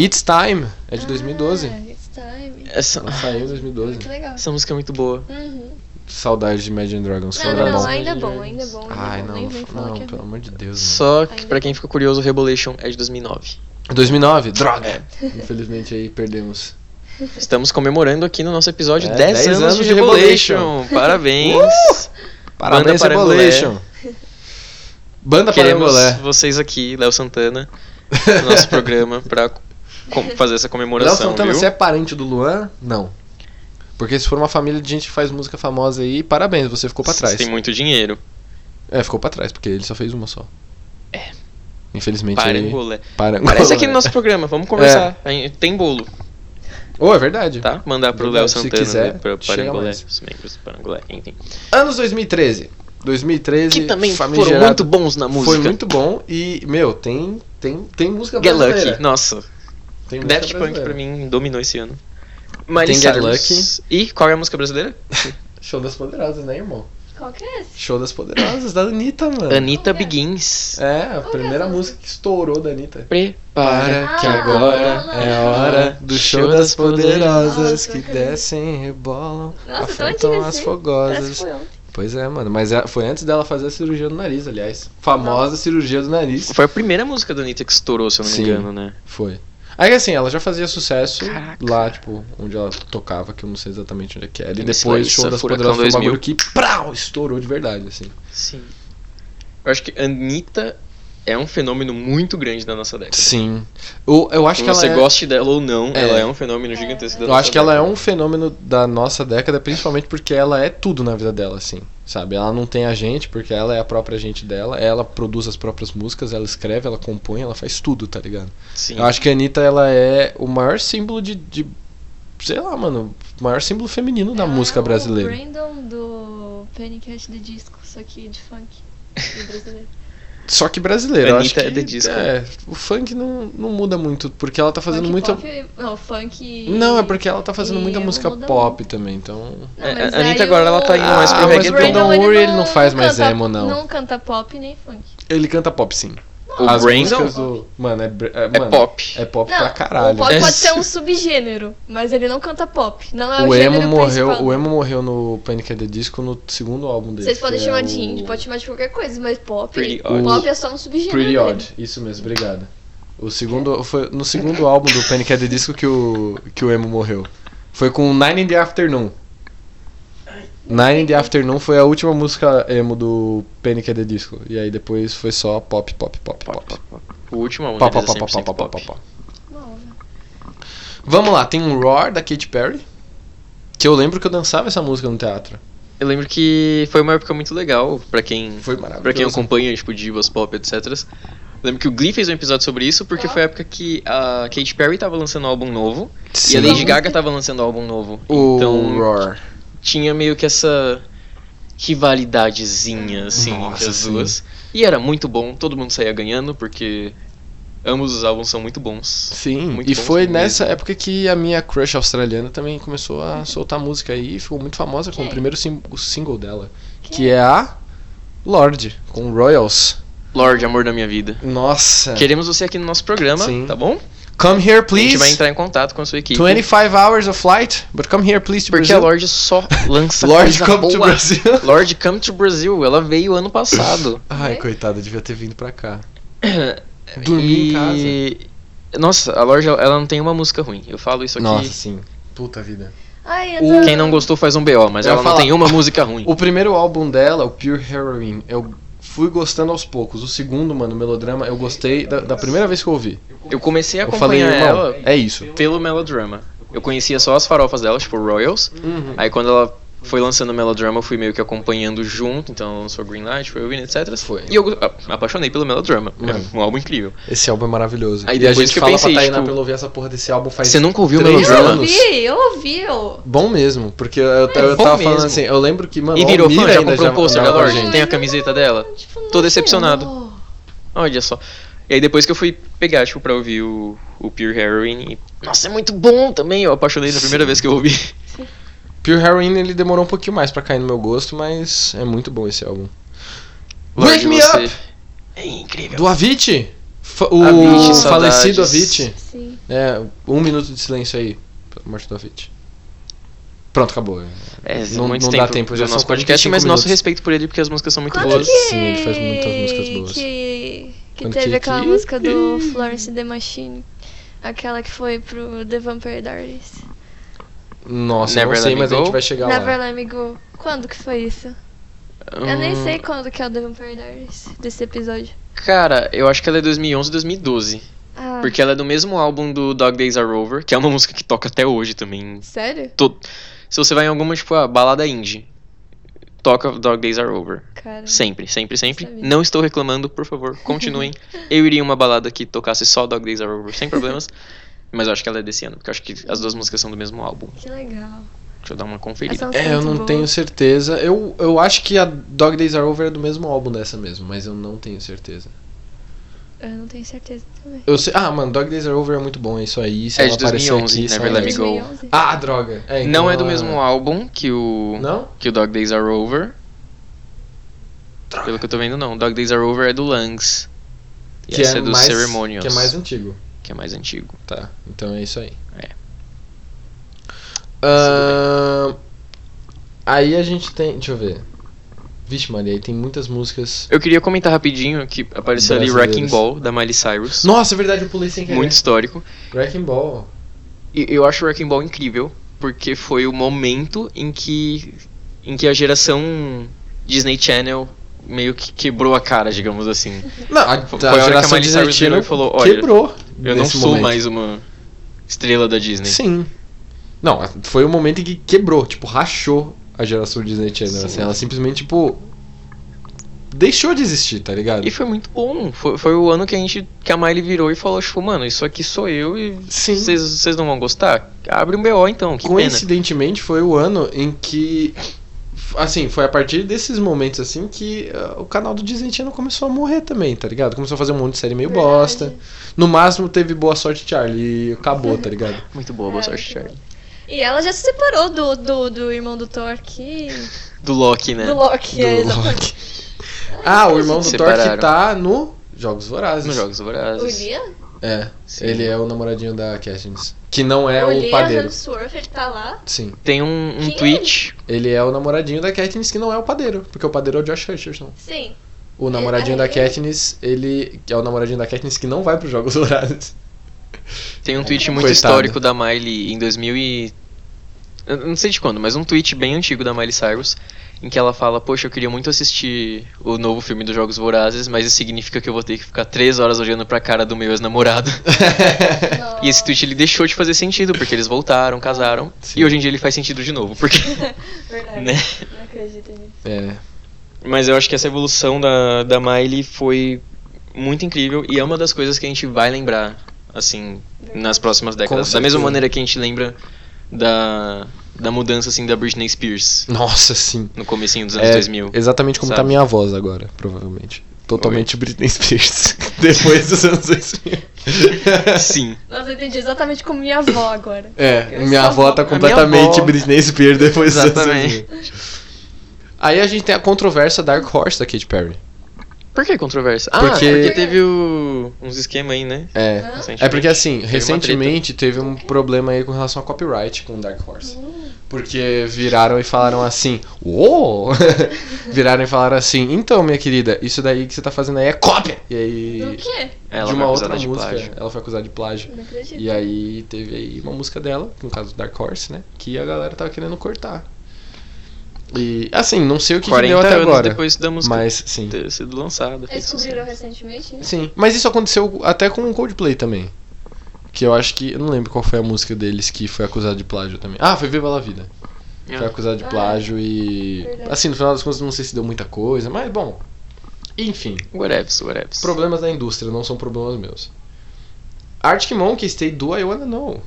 S2: It's Time, é de 2012.
S3: Ah, It's Time.
S1: Essa,
S2: Ela saiu em 2012.
S3: Muito legal.
S1: essa música é muito
S2: Hum.
S1: boa.
S3: Uhum.
S2: Saudades de Imagine Dragons,
S3: Não,
S2: foi
S3: não,
S1: era
S3: não,
S1: bom.
S3: ainda é bom, ainda é bom. Ainda
S2: Ai,
S3: é bom.
S2: não,
S3: Nem vem falar
S2: não,
S3: que é
S2: pelo
S3: ruim.
S2: amor de Deus. mano.
S1: Só que,
S3: Ainda
S1: pra quem ficou curioso, Rebolation é de 2009.
S2: 2009, droga!
S1: É.
S2: [LAUGHS] Infelizmente aí perdemos.
S1: Estamos comemorando aqui no nosso episódio
S2: É,
S1: 10, anos, de, Rebolation. [LAUGHS] Parabéns!
S2: Uh! Parabéns,
S1: Parangolé.
S2: Rebolation! Banda
S1: Queremos
S2: Parangolé.
S1: vocês aqui, Léo Santana, no
S2: [LAUGHS]
S1: nosso programa, pra com- fazer essa
S2: Léo
S1: comemoração.
S2: Santana,
S1: viu?
S2: você é parente do Luan? Não. Porque se for uma família de gente que faz música famosa aí, parabéns, você ficou pra
S1: Você
S2: trás.
S1: tem muito dinheiro.
S2: É, ficou pra trás, porque ele só fez uma só.
S1: É.
S2: Infelizmente
S1: Para
S2: ele...
S1: enrolar.
S2: Parangolé.
S1: Aparece
S2: [LAUGHS]
S1: aqui no nosso programa, vamos conversar. Aí Tem bolo,
S2: Oh, é verdade.
S1: tá? Mandar pro
S2: Verdade,
S1: Léo
S2: se
S1: Santana,
S2: quiser,
S1: né, pra
S2: chega
S1: Parangolé,
S2: mais.
S1: os membros do Parangolé, enfim.
S2: Anos 2013. 2013
S1: Que também foram
S2: famigerado-
S1: muito bons na música.
S2: Foi muito bom e, meu, tem, tem, tem música
S1: Get
S2: brasileira.
S1: Lucky, nossa.
S2: Tem música
S1: Daft Punk
S2: brasileira.
S1: pra mim dominou esse ano. Miley
S2: Get
S1: Cyrus. E qual é a música brasileira?
S2: Show das Poderosas, né, irmão?
S3: Qual que é esse?
S2: Show das Poderosas, da Anitta, mano.
S1: Anitta
S3: Qual que é?
S1: Begins.
S2: É, a
S3: Qual que é
S2: primeira
S3: essa
S2: música que estourou da Anitta.
S1: Prepara.
S3: que Ah, agora é a
S1: hora do show das
S3: poderosas que
S2: descem, rebolam,
S3: Nossa, tão
S2: então
S3: antiga assim. Parece que foi ontem.
S2: Pois é, mano, mas é- foi antes dela fazer a cirurgia do nariz, aliás. Famosa cirurgia do nariz.
S1: Foi a primeira música da Anitta que estourou, se eu não
S2: Sim.
S1: me engano, né?
S2: Foi. Aí assim, ela já fazia sucesso
S1: Caraca.
S2: lá, tipo, onde ela tocava, que eu não sei exatamente onde é que era. E
S1: Tem isso
S2: depois
S1: aí,
S2: show das
S1: Furacão
S2: poderosas foi um
S1: 2000.
S2: bagulho que prau, estourou de verdade, assim.
S1: Sim. Eu acho que Anitta é um fenômeno muito grande da nossa década.
S2: Sim. Eu, eu acho
S1: Se
S2: que ela
S1: você
S2: é...
S1: goste dela ou não,
S2: É.
S1: ela é um fenômeno gigantesco da
S2: Eu
S1: nossa
S2: acho que ela é
S1: década.
S2: um fenômeno da nossa década, principalmente porque ela é tudo na vida dela, assim, sabe? Ela não tem a gente, porque ela é a própria gente dela, ela produz as próprias músicas, ela escreve, ela compõe, ela faz tudo, tá ligado?
S1: Sim.
S2: Eu acho que a Anitta, ela é o maior símbolo de, de- sei lá, mano, o maior símbolo feminino da
S3: Ela
S2: música
S3: é o
S2: brasileira.
S3: Brandon do Panic! At the Disco, só que
S2: [LAUGHS]
S3: de funk. e brasileiro.
S2: Só que brasileira, eu acho que
S1: Anitta é de disco.
S2: é, o funk não, não muda muito, porque ela tá fazendo
S3: funk
S2: muita...
S3: Pop, não, funk.
S2: Não, é porque ela tá fazendo
S3: e
S2: muita
S3: não
S2: música
S3: muda
S2: pop também, então...
S3: Não,
S1: É,
S3: mas
S1: a Anitta
S3: aí
S1: agora
S3: o-
S1: ela tá indo mais pro
S2: Ah, mas
S1: reggaeton.
S2: o Brandon Urie, ele não faz mais
S3: canta-
S2: emo, não.
S3: Não canta pop nem funk.
S2: Ele canta pop, sim.
S1: O
S2: As
S1: Brandon
S2: músicas do... Mano, é, br-
S1: é
S2: mano,
S1: pop.
S2: É pop
S3: não,
S2: pra
S3: O
S2: caralho.
S3: pop
S1: É
S3: pode
S1: sim.
S3: ser
S2: [LAUGHS]
S3: um subgênero, mas ele não canta pop. Não é o,
S2: O emo
S3: gênero
S2: morreu,
S3: principal.
S2: o emo morreu no Panic! At the Disco no segundo álbum dele.
S3: Vocês podem
S2: que é
S3: chamar
S2: o
S3: de indie, pode chamar de qualquer coisa, mas pop.
S1: Pretty
S2: Odd.
S3: Pop é só um subgênero.
S2: Pretty
S3: dele.
S2: Odd, isso mesmo, obrigado. O segundo foi no segundo álbum do Panic! At the Disco que o que o emo morreu. Foi com Nine in the Afternoon. Nine in the Afternoon foi a última música emo do Panic! At the Disco e aí depois foi só pop pop pop pop. Pop
S1: O último álbum
S2: pop
S1: deles é
S2: pop pop
S1: 100%
S2: pop pop.
S1: pop.
S2: pop.
S3: Nova.
S2: Vamos lá, tem um Roar da Katy Perry. Que eu lembro que eu dançava essa música no teatro.
S1: Eu lembro que foi uma época muito legal pra quem
S2: Foi maravilhoso.
S1: Pra quem acompanha, tipo, divas pop, etc. Lembro que o Glee fez um episódio sobre isso, porque
S3: Ó.
S1: foi a época que a Katy Perry tava lançando um álbum novo
S2: Sim.
S1: e a Lady
S3: Vamos.
S1: Gaga tava lançando um álbum novo.
S2: O
S1: Então
S2: Roar.
S1: tinha meio que essa rivalidadezinha, assim, entre
S2: Nossa,
S1: as
S2: sim.
S1: duas. E era muito bom, todo mundo saía ganhando, porque ambos os álbuns são muito bons.
S2: Sim,
S1: Muito
S2: e
S1: bom
S2: foi
S1: mesmo.
S2: nessa época que a minha crush australiana também começou a soltar música aí e ficou muito famosa com o
S3: Quem?
S2: primeiro sim- o single dela,
S3: Quem?
S2: que é a Lorde, com Royals.
S1: Lorde, amor da minha vida.
S2: Nossa!
S1: Queremos você aqui no nosso programa,
S2: É. Sim.
S1: tá bom?
S2: Come
S1: A
S2: here,
S1: gente vai
S2: please.
S1: entrar em contato com a sua equipe.
S2: 25 hours of flight, but come here, please, to
S1: Porque a
S2: Brazil.
S1: Lorde
S2: [LAUGHS]
S1: só lança
S2: Lord
S1: coisa
S2: come to
S1: boa.
S2: Brazil.
S1: [LAUGHS] Lorde Come to Brazil, ela veio ano
S2: [COUGHS]
S1: passado.
S2: Ai,
S3: Né?
S2: coitada, devia ter vindo pra cá. Dormir em casa.
S1: em casa. Nossa, a Lorde ela não tem uma música ruim. Eu falo isso aqui.
S2: Nossa, sim. Puta vida.
S3: Ai, eu
S2: O-
S3: tô...
S1: Quem não gostou faz um BO, mas
S2: Eu ia
S1: ela não
S2: falar.
S1: tem uma música ruim.
S2: O primeiro álbum dela, o Pure Heroin, eu fui gostando aos poucos. O segundo, mano, o Melodrama, eu gostei da, da primeira vez que eu ouvi.
S1: Eu comecei a
S2: Eu falei,
S1: acompanhar
S2: irmão,
S1: ela
S2: é isso.
S1: pelo melodrama. Eu conhecia só as farofas dela, tipo Royals. Aí quando ela foi lançando o melodrama, eu fui meio que acompanhando junto. Então ela lançou Green Light, foi Win, etc.
S2: Foi.
S1: E eu a- apaixonei pelo melodrama.
S2: Mano.
S1: É um álbum incrível.
S2: Esse álbum é maravilhoso.
S1: Aí
S2: e a
S1: depois
S2: gente
S1: que eu
S2: fala
S1: pensei,
S2: pra Tainá
S1: tipo,
S2: pra ela ouvir essa porra desse álbum faz
S1: Você nunca ouviu o
S2: três
S3: Eu
S1: melodrama?
S2: anos.
S3: ouvi, eu ouvi, eu...
S2: Bom mesmo, porque eu, eu, eu
S1: é bom
S2: tava falando
S1: mesmo.
S2: assim, eu lembro que, mano,
S1: E
S2: o
S1: virou
S2: Almir
S1: fã, já
S2: ainda
S1: comprou um pôster da
S2: mandava pra
S1: Lorde,
S2: gente.
S1: tem a camiseta dela.
S3: Tipo, não
S1: Tô
S3: sei,
S1: decepcionado.
S3: não.
S1: Olha só. E aí depois que eu fui pegar, tipo, pra ouvir o, o Pure Heroin. e- Nossa, é muito bom também. Eu apaixonei na primeira vez que eu ouvi.
S2: Pure Heroin, ele demorou um pouquinho mais pra cair no meu gosto, mas é muito bom esse álbum. Wake
S1: Lorde,
S2: Me
S1: você-
S2: Up!
S1: É incrível.
S2: Do Avicii! Fa- o
S1: Avicii,
S2: falecido
S1: saudades.
S2: Avicii.
S3: Sim.
S2: É, um minuto de silêncio aí, pela morte do Avicii. Pronto, acabou.
S1: É,
S2: Não-
S1: não, muito
S2: não
S1: tempo
S2: dá tempo, já
S1: do
S2: são
S1: nosso podcast,
S2: 45
S1: mas nosso
S2: minutos.
S1: respeito por ele, porque as músicas são muito
S3: Quando
S1: boas.
S3: que...
S2: Sim, ele faz muitas músicas boas.
S3: Que, que
S2: Quando
S3: teve
S2: que-
S3: aquela
S2: que- [LAUGHS]
S3: música do Florence and the Machine. Aquela que foi pro The Vampire Diaries.
S2: Nossa, eu
S1: Never Let
S2: não sei,
S1: Me
S2: mas a gente
S1: Go?
S2: vai chegar
S3: Never
S2: lá.
S3: Let Me Go. Quando que foi isso? Eu nem
S1: Hum,
S3: sei quando que é o The Vampire Diaries desse episódio.
S1: Cara, eu acho que ela é 2011 e 2012.
S3: Ah,
S1: Porque ela é do mesmo álbum do Dog Days Are Over, que é uma música que toca até hoje também.
S3: sério?
S1: To- Se você vai em alguma, tipo, a balada indie, toca Dog Days Are Over.
S3: Cara.
S1: Sempre, sempre, sempre.
S3: Sabia.
S1: Não estou reclamando, por favor, continuem. eu iria em uma balada que tocasse só Dog Days Are Over, sem problemas. Mas eu acho que ela é desse ano, porque eu acho que as duas músicas são do mesmo álbum.
S3: Que legal.
S1: Deixa eu dar uma
S3: Essa
S1: conferida.
S3: música
S2: É, eu
S3: muito
S2: não
S3: boa.
S2: tenho certeza. Eu, eu acho que a Dog Days Are Over é do mesmo álbum dessa mesmo, mas eu não tenho certeza.
S3: Eu não tenho certeza também.
S2: Eu sei, ah, mano, Dog Days Are Over é muito bom, é isso aí. Se
S1: É
S2: ela
S1: de
S2: aparecer
S1: 2011,
S2: aqui, isso
S1: Never
S2: aí.
S1: Let Me Go.
S3: 2011?
S2: Ah, droga.
S1: Não
S2: então
S1: é do
S2: ela-
S1: mesmo álbum que o.
S2: Não?
S1: que o Dog Days Are Over. Pelo que eu tô vendo, não. Dog Days Are Over é do Lungs. E essa é, do Ceremonials.
S2: Que é mais antigo.
S1: que é mais antigo.
S2: Tá, então é isso aí.
S1: É.
S2: Ahn, aí a gente tem. Deixa eu ver. Vixe, Maria, aí tem muitas músicas.
S1: Eu queria comentar rapidinho que apareceu ali
S2: Brasileiros.
S1: Wrecking Ball, da Miley Cyrus.
S2: Nossa, é verdade, eu pulei sem querer.
S1: Muito histórico.
S2: Wrecking Ball.
S1: E eu acho Wrecking Ball incrível, porque foi o momento em que, em que a geração Disney Channel meio que quebrou a cara, digamos assim.
S2: Não, Ah, a,
S1: foi a hora que a
S2: geração
S1: Miley Cyrus virou
S2: Disney
S1: e
S2: Channel
S1: falou, "Olha,
S2: quebrou.
S1: Eu não
S2: nesse
S1: sou
S2: momento."
S1: mais uma estrela da Disney.
S2: Sim. Não, foi o momento em que quebrou, tipo, rachou a geração Disney Channel. Assim, ela simplesmente, tipo. Deixou de existir, tá ligado?
S1: E foi muito bom. Foi, foi o ano que a gente. que a Miley virou e falou, tipo, mano, isso aqui sou eu e
S2: Sim.
S1: vocês vocês não vão gostar? Abre um BO então, que pena.
S2: Coincidentemente foi o ano em que assim, foi a partir desses momentos assim que ah, o canal do Disney Channel começou a morrer também, tá ligado? Começou a fazer um monte de série meio
S3: Verdade.
S2: bosta. No máximo teve boa sorte Charlie e acabou,
S1: [LAUGHS]
S2: tá ligado?
S1: Muito boa, boa sorte,
S3: muito
S1: Charlie.
S3: E ela já se separou do, do, do irmão do Thor que.
S1: Do Loki, né?
S3: Do Loki, é,
S2: Do
S3: exatamente.
S2: Loki. Ah, o irmão do Thor que
S1: Separaram.
S2: tá no Jogos Vorazes.
S1: Nos Jogos
S3: O
S1: Vorazes.
S3: Lia?
S2: É,
S1: Sim.
S2: ele é o namoradinho da Katniss, que não é
S3: o
S2: o,
S3: Lia
S2: padeiro.
S3: Hemsworth, ele tá lá.
S2: Sim,
S1: Tem um, um
S3: Quem é
S1: tweet.
S2: ele é o namoradinho da Katniss que não é o padeiro, porque o padeiro é o Josh Hutcherson. [LAUGHS]
S3: Sim.
S2: O namoradinho
S3: é
S2: da
S3: ele?
S2: Katniss, ele que é o namoradinho da Katniss que não vai pros Jogos
S3: [LAUGHS]
S2: Dourados.
S1: Tem um tweet muito
S2: Coitado.
S1: histórico da Miley em 2000 e... eu Não sei de quando, mas um tweet bem antigo da Miley Cyrus. Em que ela fala, poxa, eu queria muito assistir o novo filme dos Jogos Vorazes, mas isso significa que eu vou ter que ficar três horas olhando pra cara do meu ex-namorado. [LAUGHS] E esse tweet ele deixou de fazer sentido, porque eles voltaram, casaram.
S2: Sim.
S1: E hoje em dia ele faz sentido de novo, porque. [LAUGHS]
S3: Verdade.
S1: né?
S3: Não acredito nisso.
S2: É.
S1: Mas eu acho que essa evolução da, da Miley foi muito incrível e é uma das coisas que a gente vai lembrar, assim, nas próximas décadas. Da
S2: certeza.
S1: mesma maneira que a gente lembra da, da mudança, assim, da Britney Spears
S2: Nossa, sim.
S1: no comecinho dos anos
S2: É,
S1: 2000.
S2: Exatamente como tá
S1: Sabe?
S2: minha voz agora, provavelmente. Totalmente Britney Spears. [LAUGHS] Depois dos anos 2000.
S1: [LAUGHS] Sim.
S3: Nossa, eu entendi exatamente como minha avó agora.
S2: É,
S3: Eu
S2: minha
S3: sou
S2: avó tá
S3: a minha
S2: completamente
S1: avó.
S2: Britney Spears depois dos anos
S1: Exatamente.
S2: 2000. Aí a gente tem a controvérsia Dark Horse da Katy Perry.
S1: Por que controvérsia? Ah,
S2: é Porque-
S1: porque, teve o- uns esquema aí, né?
S2: É.
S3: Hã?
S1: Recentemente.
S2: É porque assim,
S1: Teve uma treta.
S2: recentemente teve um problema aí com relação a copyright com Dark Horse. Porque viraram e falaram assim: Uou! [LAUGHS] viraram e falaram assim: Então, minha querida, isso daí que você tá fazendo aí é cópia! E
S3: Do
S2: aí.
S3: quê?
S1: Ela
S2: de
S1: foi
S2: uma outra
S1: acusada de
S2: música,
S1: plágio.
S2: ela foi acusada de plágio.
S3: Não acredito.
S2: E aí teve aí uma música dela, no caso do Dark Horse, né? Que a galera tava querendo cortar. E assim, não sei o que, que
S1: 40
S2: deu até
S1: anos
S2: agora.
S1: depois da música
S2: Mas sim.
S1: ter sido lançada.
S3: Eles
S1: fez
S3: descobriram
S1: sucesso.
S3: recentemente, né?
S2: Sim, mas isso aconteceu até com o Coldplay também. Que eu acho que. Eu não lembro qual foi a música deles que foi acusada de plágio também. Ah, foi Viva La Vida. Foi
S1: É.
S2: acusada de
S3: Ah,
S2: plágio e.
S3: verdade.
S2: Assim, no final das contas, não sei se deu muita coisa, mas bom. Enfim,
S1: Whatevs, whatevs.
S2: problemas da indústria, não são problemas meus. Arctic Monkeys tem Do I Wanna Know.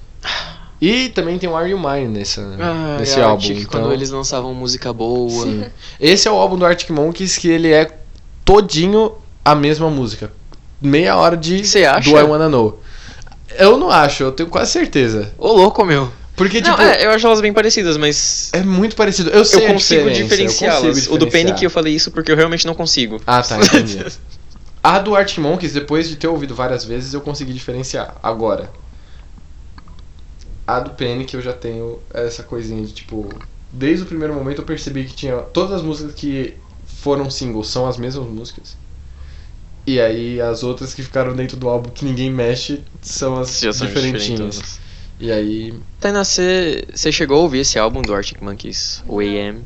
S2: E também tem o Are You Mine nessa,
S1: Ah,
S2: nesse
S1: eu
S2: álbum.
S1: acho que
S2: então-
S1: quando eles lançavam música boa.
S2: Sim. Esse é o álbum do Arctic Monkeys que ele é todinho a mesma música. Meia hora de
S1: Você acha?
S2: Do I Wanna Know. Eu não acho, eu tenho quase certeza.
S1: Ô louco, meu.
S2: Porque,
S1: Não,
S2: tipo, é...
S1: é, eu acho elas bem parecidas, mas.
S2: muito parecido. Eu sei
S1: Eu
S2: a
S1: consigo
S2: diferença, eu
S1: diferenciá-las.
S2: consigo
S1: O do
S2: diferenciar.
S1: Panic eu falei isso porque eu realmente não consigo.
S2: Ah, tá, entendi. [LAUGHS] A do Arctic Monkeys, depois de ter ouvido várias vezes, eu consegui diferenciar. Agora. A do Panic eu já tenho essa coisinha de tipo. Desde o primeiro momento eu percebi que tinha. Todas as músicas que foram singles são as mesmas músicas. E aí as outras que ficaram dentro do álbum que ninguém mexe são as
S1: Já são
S2: diferentinhas.
S1: diferentonas.
S2: E aí.
S1: Tainá, você você chegou a ouvir esse álbum do Arctic Monkeys, o AM?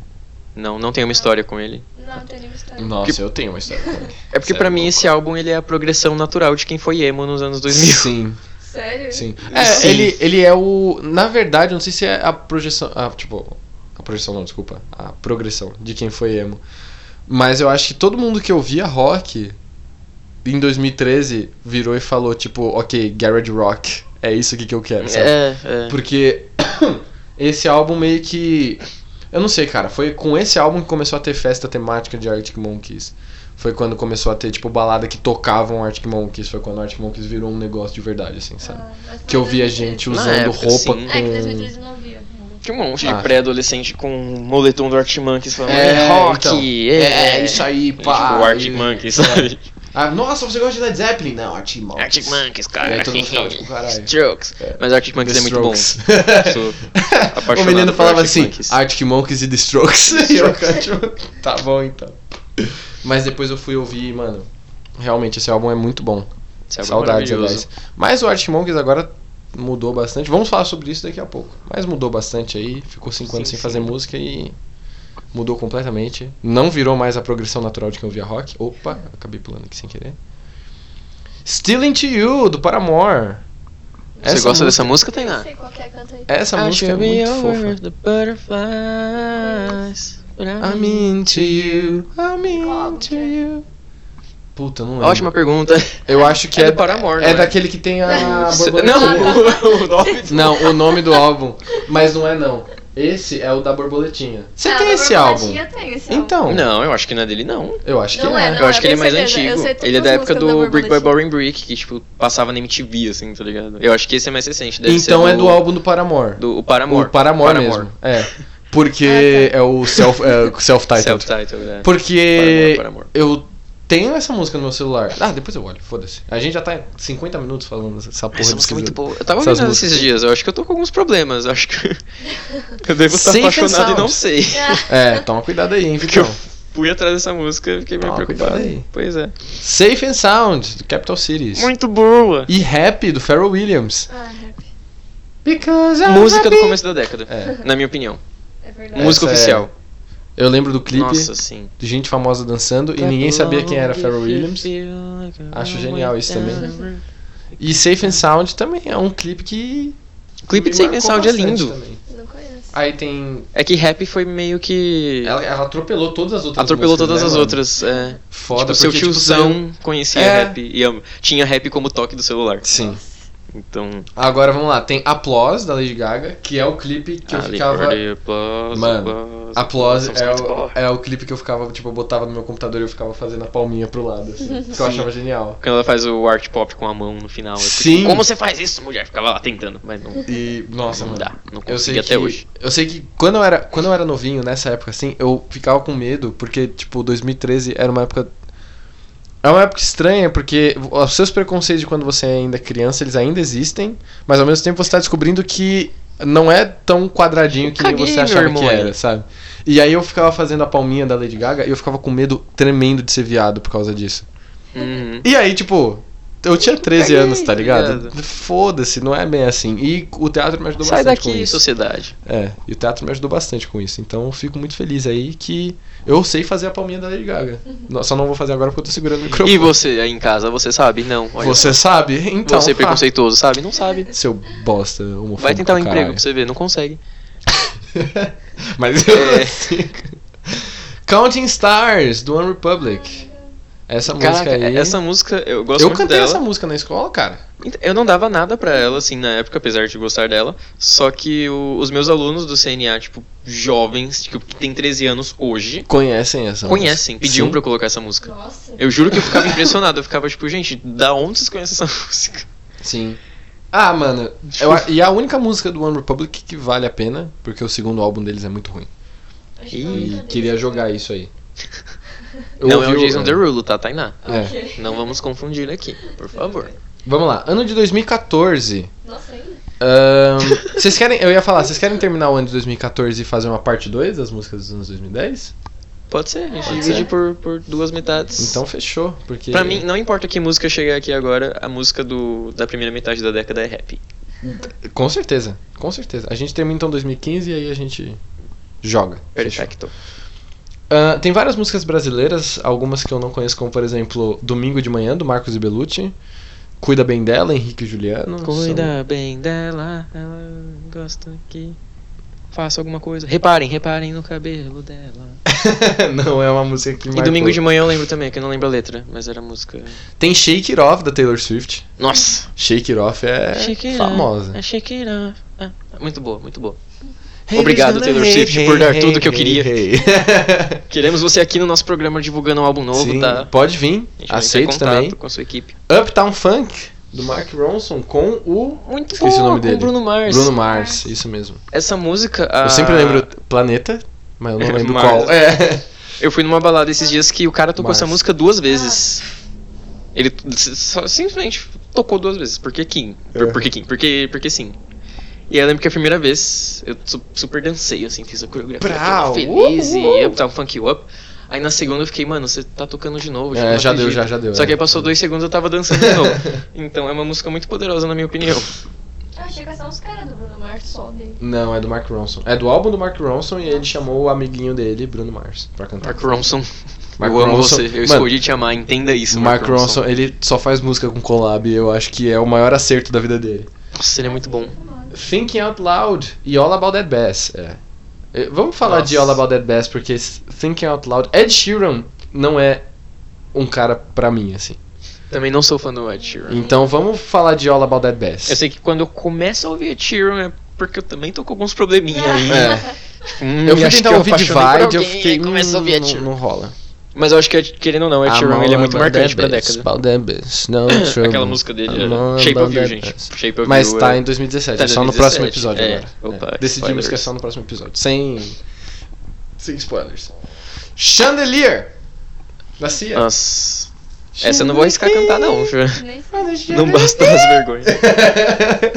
S1: Não, não tem uma história com ele.
S3: Não, não tem nenhuma história.
S2: Nossa,
S1: Que-
S2: eu tenho uma história. com ele.
S1: É porque
S2: Sério,
S1: pra mim
S2: louco.
S1: esse álbum ele é a progressão natural de quem foi emo nos anos 2000. [LAUGHS]
S2: Sim.
S3: Sério?
S2: Sim.
S1: É, sim.
S2: Ele, ele é o. Na verdade, eu não sei se é a projeção. Ah, tipo. A projeção não, desculpa. A progressão de quem foi emo. Mas eu acho que todo mundo que ouvia rock em 2013 virou e falou, tipo, ok, Garage Rock, é isso aqui que eu quero, sabe?
S1: É, é.
S2: Porque [COUGHS] esse álbum meio que. Eu não sei, cara. Foi com esse álbum que começou a ter festa temática de Arctic Monkeys. Foi quando começou a ter, tipo, balada que tocavam Arctic Monkeys. Foi quando Arctic Monkeys virou um negócio de verdade, assim, sabe?
S3: Ah, mas
S2: Que eu
S3: foi
S2: via
S3: 2013.
S2: gente
S1: Na
S2: usando
S1: época,
S2: roupa
S1: sim.
S2: com.
S3: Ah, É, que 2013 não via.
S1: Tinha um monte
S2: Ah.
S1: de pré-adolescente com um moletom do Arctic Monkeys falando
S2: É,
S1: é, rock,
S2: então.
S1: é,
S2: aí,
S1: Tipo, o Arctic Monkeys, sabe?
S2: Ah, nossa, você gosta de Led Zeppelin? Não, Arctic Monkeys.
S1: Arctic Monkeys,
S2: E
S1: cara.
S2: aí todo mundo
S1: [LAUGHS]
S2: ficava, tipo, caralho.
S1: Strokes.
S2: É.
S1: Mas Arctic Monkeys
S2: The
S1: é muito bom.
S2: Strokes. [LAUGHS]
S1: Sou
S2: o
S1: apaixonado
S2: menino
S1: por
S2: falava
S1: Arctic
S2: assim,
S1: Monkeys.
S2: Arctic Monkeys e [LAUGHS] The Strokes. E eu ficava, tipo, tá bom então. Mas depois eu fui ouvir, e, mano. Realmente, esse álbum é muito bom.
S1: Esse álbum é
S2: Saudades,
S1: maravilhoso.
S2: aliás. Mas o Arctic Monkeys agora mudou bastante. Vamos falar sobre isso daqui a pouco. Mas mudou bastante aí. Ficou cinco
S1: Sim,
S2: anos sem
S1: sim.
S2: fazer música e mudou completamente. Não virou mais a progressão natural de quem ouvia rock. Opa, acabei pulando aqui sem querer. Still Into You, do Paramore.
S1: Você
S2: Essa
S1: gosta
S2: música-
S1: dessa música,
S3: Não
S1: Tainá?
S3: sei qual que é, canta aí.
S2: Essa
S1: I
S2: música é
S1: should be
S2: muito
S1: over
S2: fofa.
S1: the butterflies, but
S2: I'm
S1: I'm-
S2: into you, I'm
S3: Qual
S2: into
S3: que é?
S2: you. Puta, não lembro.
S1: Ótima pergunta.
S2: Eu acho [LAUGHS] que é,
S1: É do Paramore,
S2: é
S1: não é?
S2: daquele que tem a borboleta.
S1: Não,
S2: [LAUGHS]
S1: o nome
S2: Não, o nome do álbum. Mas não é não. Esse é o da borboletinha. Você
S3: Ah,
S2: tem
S3: da
S2: esse álbum?
S3: Borboletinha tem esse álbum. [LAUGHS]
S2: Então,
S1: Não, eu acho que não é dele, não.
S2: eu acho que
S3: Não
S2: é.
S3: é, não.
S1: eu acho que ele é mais
S3: tenho certeza, eu sei
S1: antigo.
S3: todas
S1: Ele é da
S3: as
S1: época
S3: músicas da
S1: do Brick by Boring
S3: Borboletinha.
S1: Brick, que, tipo, passava na MTV, assim, tá ligado? Eu acho que esse é mais recente. Deve
S2: Então
S1: ser
S2: é do álbum do Paramore.
S1: Do o Paramore. Ah, tá.
S2: O Paramore, mesmo.
S1: [LAUGHS]
S2: É. Porque é o self- é o self-titled.
S1: Self-titled, é.
S2: Porque
S1: Paramore, Paramore.
S2: eu tenho essa música no meu celular. Ah, depois eu olho, foda-se. A gente já tá 50 minutos falando essa porra
S1: Essa
S2: desse
S1: música é muito
S2: episódio.
S1: boa. Eu tava
S2: Essas
S1: ouvindo ela
S2: músicas.
S1: esses dias, eu acho que eu tô com alguns problemas. eu Acho que. eu devo estar
S2: Safe and
S1: apaixonado e não
S2: sound. [LAUGHS]
S1: sei.
S2: É, toma cuidado aí, hein,
S1: Porque eu
S2: Vitão.
S1: fui atrás dessa música e fiquei meio
S2: Toma
S1: preocupado.
S2: Então. Ah, cuidado aí.
S1: Pois é.
S2: Safe and Sound, do Capital Cities.
S1: Muito boa.
S2: E Happy, do Pharrell Williams.
S3: Ah, rap.
S2: Because I'm
S1: Música do
S2: happy.
S1: começo da década,
S2: É.
S1: na minha opinião.
S3: É verdade.
S1: Música
S2: Essa é-
S1: oficial.
S2: Eu lembro do clipe.
S1: Nossa, Tá sim.
S2: de gente famosa dançando e ninguém sabia quem era Pharrell Williams. Acho genial isso também. E Safe and Sound também é um clipe que.
S1: O clipe de
S2: me
S1: Safe and
S2: marcou
S1: Sound é
S2: bastante
S1: lindo.
S2: também.
S3: Não conheço.
S2: Aí tem.
S1: É que rap foi meio que.
S2: Ela, ela atropelou todas as outras.
S1: Atropelou
S2: músicas,
S1: todas
S2: né,
S1: as
S2: mano?
S1: outras. É.
S2: Foda
S1: tipo, seu
S2: porque, tipo, saiu-
S1: tiozão conhecia
S2: É.
S1: rap e am- tinha rap como toque do celular.
S2: Sim.
S1: Então.
S2: Agora vamos lá. Tem Applause da Lady Gaga, que é o clipe que eu
S1: ali,
S2: ficava.
S1: ali, Applause,
S2: Mano,
S1: applause,
S2: Applause
S1: essa
S2: é
S1: música
S2: o,
S1: muito boa.
S2: é o clipe que eu ficava, tipo, eu botava no meu computador e eu ficava fazendo a palminha pro
S1: [LAUGHS]
S2: lado. Assim, que eu achava genial.
S1: Quando ela faz o art pop com a mão no final. eu fico,
S2: Sim.
S1: Como você faz isso, mulher? Ficava lá tentando, mas não.
S2: E. Nossa,
S1: não
S2: mano.
S1: dá. Não
S2: Eu sei
S1: consegui até
S2: que,
S1: hoje.
S2: Eu sei que quando eu, era, quando eu era novinho, nessa época, assim, eu ficava com medo, porque, tipo, 2013 era uma época É uma época estranha, porque os seus preconceitos de quando você é ainda criança, eles ainda existem, mas ao mesmo tempo você tá descobrindo que não é tão quadradinho que nem
S1: Caguei,
S2: você
S1: meu
S2: achava
S1: irmão. é.
S2: que era, sabe? E aí eu ficava fazendo a palminha da Lady Gaga e eu ficava com medo tremendo de ser viado por causa disso.
S1: Uhum.
S2: E aí, tipo, eu tinha 13
S1: Caguei,
S2: anos, tá ligado?
S1: viado.
S2: Foda-se, não é bem assim. E o teatro me ajudou
S1: Sai
S2: bastante com
S1: daqui,
S2: isso.
S1: sociedade.
S2: É, e o teatro me ajudou bastante com isso. Então eu fico muito feliz aí que eu sei fazer a palminha da Lady Gaga. No- Só não vou fazer agora porque eu tô segurando o microfone.
S1: Uhum. E você aí em casa, você sabe? Não. Olha,
S2: Você sabe? Então.
S1: você é
S2: fa-
S1: preconceituoso, sabe? Não sabe.
S2: Seu bosta, homofóbico.
S1: Vai tentar um
S2: caralho.
S1: emprego pra você ver, não consegue.
S2: Mas eu não sei.
S1: É.
S2: [LAUGHS] Counting Stars, do One Republic. Essa música
S1: Caraca,
S2: aí.
S1: essa música, eu gosto
S2: eu
S1: muito
S2: cantei
S1: dela.
S2: essa música na escola, cara.
S1: Então, Eu não dava nada pra ela, assim, na época, apesar de gostar dela. Só que o- os meus alunos do CNA, tipo, jovens, tipo, que tem 13 anos hoje,
S2: Conhecem
S1: Então,
S2: essa
S1: conhecem,
S2: música?
S1: pediam
S2: Sim.
S1: um pra eu colocar essa música.
S3: Nossa.
S1: Eu juro que eu ficava impressionado, eu ficava tipo, gente, da onde vocês conhecem essa [LAUGHS] música?
S2: Sim. Ah, mano. eu a- e a única música do One Republic que vale a pena, porque o segundo álbum deles é muito ruim.
S3: Acho que
S1: Ih,
S2: E
S3: nunca
S2: queria
S3: dei.
S2: jogar isso aí.
S1: não é
S2: ouvi
S1: o Jason Derulo, tá, Tainá?
S2: É.
S3: Ok.
S1: Não vamos confundir aqui, por favor.
S2: Vamos lá, ano de 2014.
S3: Nossa, ainda.
S1: [LAUGHS]
S2: Ahn, vocês querem, eu ia falar, vocês querem terminar o ano de 2014 e fazer uma parte 2 das músicas dos anos 2010?
S1: Pode ser, a gente
S2: Pode
S1: divide
S2: ser.
S1: por, por duas metades.
S2: Então fechou, porque
S1: Pra mim, não importa que música chegar aqui agora, a música do, da primeira metade da década é rap.
S2: com certeza, com certeza. A gente termina então 2015 e aí a gente joga. Fechou.
S1: Perfeito.
S2: Ahn, Ah, tem várias músicas brasileiras, algumas que eu não conheço, como por exemplo Domingo de Manhã, do Marcos e Bellucci. Cuida bem dela, Henrique e Juliano. São-
S1: Cuida bem dela, ela gosta que faça alguma coisa. Reparem, reparem no cabelo dela.
S2: [LAUGHS] não é uma música que
S1: E
S2: marcou.
S1: domingo de manhã eu lembro também, que eu não lembro a letra, mas era a música.
S2: Tem Shake It Off da Taylor Swift.
S1: Nossa!
S2: Shake It Off é
S1: Shake it
S2: famosa.
S1: off, é shake it off. Ah, muito boa, muito boa. Obrigado, Taylor Swift, por dar tudo que eu queria.
S2: [LAUGHS]
S1: Queremos você aqui no nosso programa divulgando um álbum novo,
S2: Sim,
S1: tá?
S2: pode vir,
S1: A gente vai entrar em
S2: aceito
S1: contato
S2: também.
S1: com a sua equipe.
S2: Uptown Funk, do Mark Ronson, com o
S1: Muito
S2: Esqueci
S1: boa,
S2: o nome
S1: com
S2: dele.
S1: Bruno Mars.
S2: Bruno Mars, isso mesmo.
S1: Essa música. ah, a-
S2: Eu sempre lembro Planeta, mas
S1: [LAUGHS]
S2: eu não lembro
S1: Mars.
S2: qual. É.
S1: Eu fui numa balada esses dias que o cara tocou
S2: Mars.
S1: essa música duas vezes. Ele t- s- só- simplesmente tocou duas vezes. Porque Kim. Por,
S2: É.
S1: Porque Kim. Porque, porque sim. E aí eu lembro que a primeira vez eu su- super dancei, assim, fiz a coreografia.
S2: Brau!
S1: toda Feliz
S2: Uhul!
S1: e up, tá um funk up. Aí na segunda eu fiquei, mano, você tá tocando de novo. tipo,
S2: É,
S1: não
S2: já deu,
S1: acredito.
S2: já, já deu.
S1: Só que
S2: é.
S1: aí passou dois segundos eu tava dançando de novo. [LAUGHS] Então é uma música muito poderosa, na minha opinião.
S3: Eu achei que são os caras do Bruno Mars só dele.
S2: [LAUGHS] Não, é do Mark Ronson. É do álbum do Mark Ronson e ele chamou o amiguinho dele, Bruno Mars, pra cantar.
S1: Mark Ronson,
S2: Mark
S1: eu amo
S2: Ronson-
S1: você. Eu
S2: Mano,
S1: escolhi te amar, entenda isso.
S2: O Mark Ronson, ele só faz música com collab e eu acho que é o maior acerto da vida dele.
S1: Nossa, ele é muito bom.
S2: Thinking Out Loud e All About That Bass. É. Eh, Vamos falar de All
S1: Nossa.
S2: About That Bass porque s- Thinking Out Loud. Ed Sheeran não é um cara pra mim, assim.
S1: Também não sou fã do Ed Sheeran.
S2: Então vamos falar de All About That Bass.
S1: Eu sei que quando eu começo a ouvir a Tyrion é porque eu também tô com alguns probleminha aí.
S2: É.
S1: Hum,
S2: Eu fui
S1: acho que
S2: tentar ouvir
S1: apaixonei por
S2: Divide, eu
S1: alguém,
S2: fiquei.
S1: aí começa a
S2: hum,
S1: ouvir a
S2: não-
S1: Tyrion.
S2: não rola.
S1: Mas eu acho que, querendo ou não,
S2: Ah,
S1: Ed Sheeran ele é muito marcante pra década. Aquela [COUGHS] [LAUGHS]
S2: Aquela
S1: música
S2: Ah,
S1: dele, é Shape of You, gente. Shape of
S2: Mas
S1: You
S2: tá
S1: é-
S2: em 2017,
S1: tá em
S2: só no próximo
S1: 2017,
S2: episódio
S1: é.
S2: agora.
S1: Opa,
S2: É. Decidimos
S1: spoilers.
S2: que é só no próximo episódio. Sem. Sem spoilers. Chandelier! Da Cia.
S1: Nossa. Essa eu não vou arriscar cantar, não. viu?
S3: Nem sei.
S1: Não basta as vergonhas.
S2: [LAUGHS]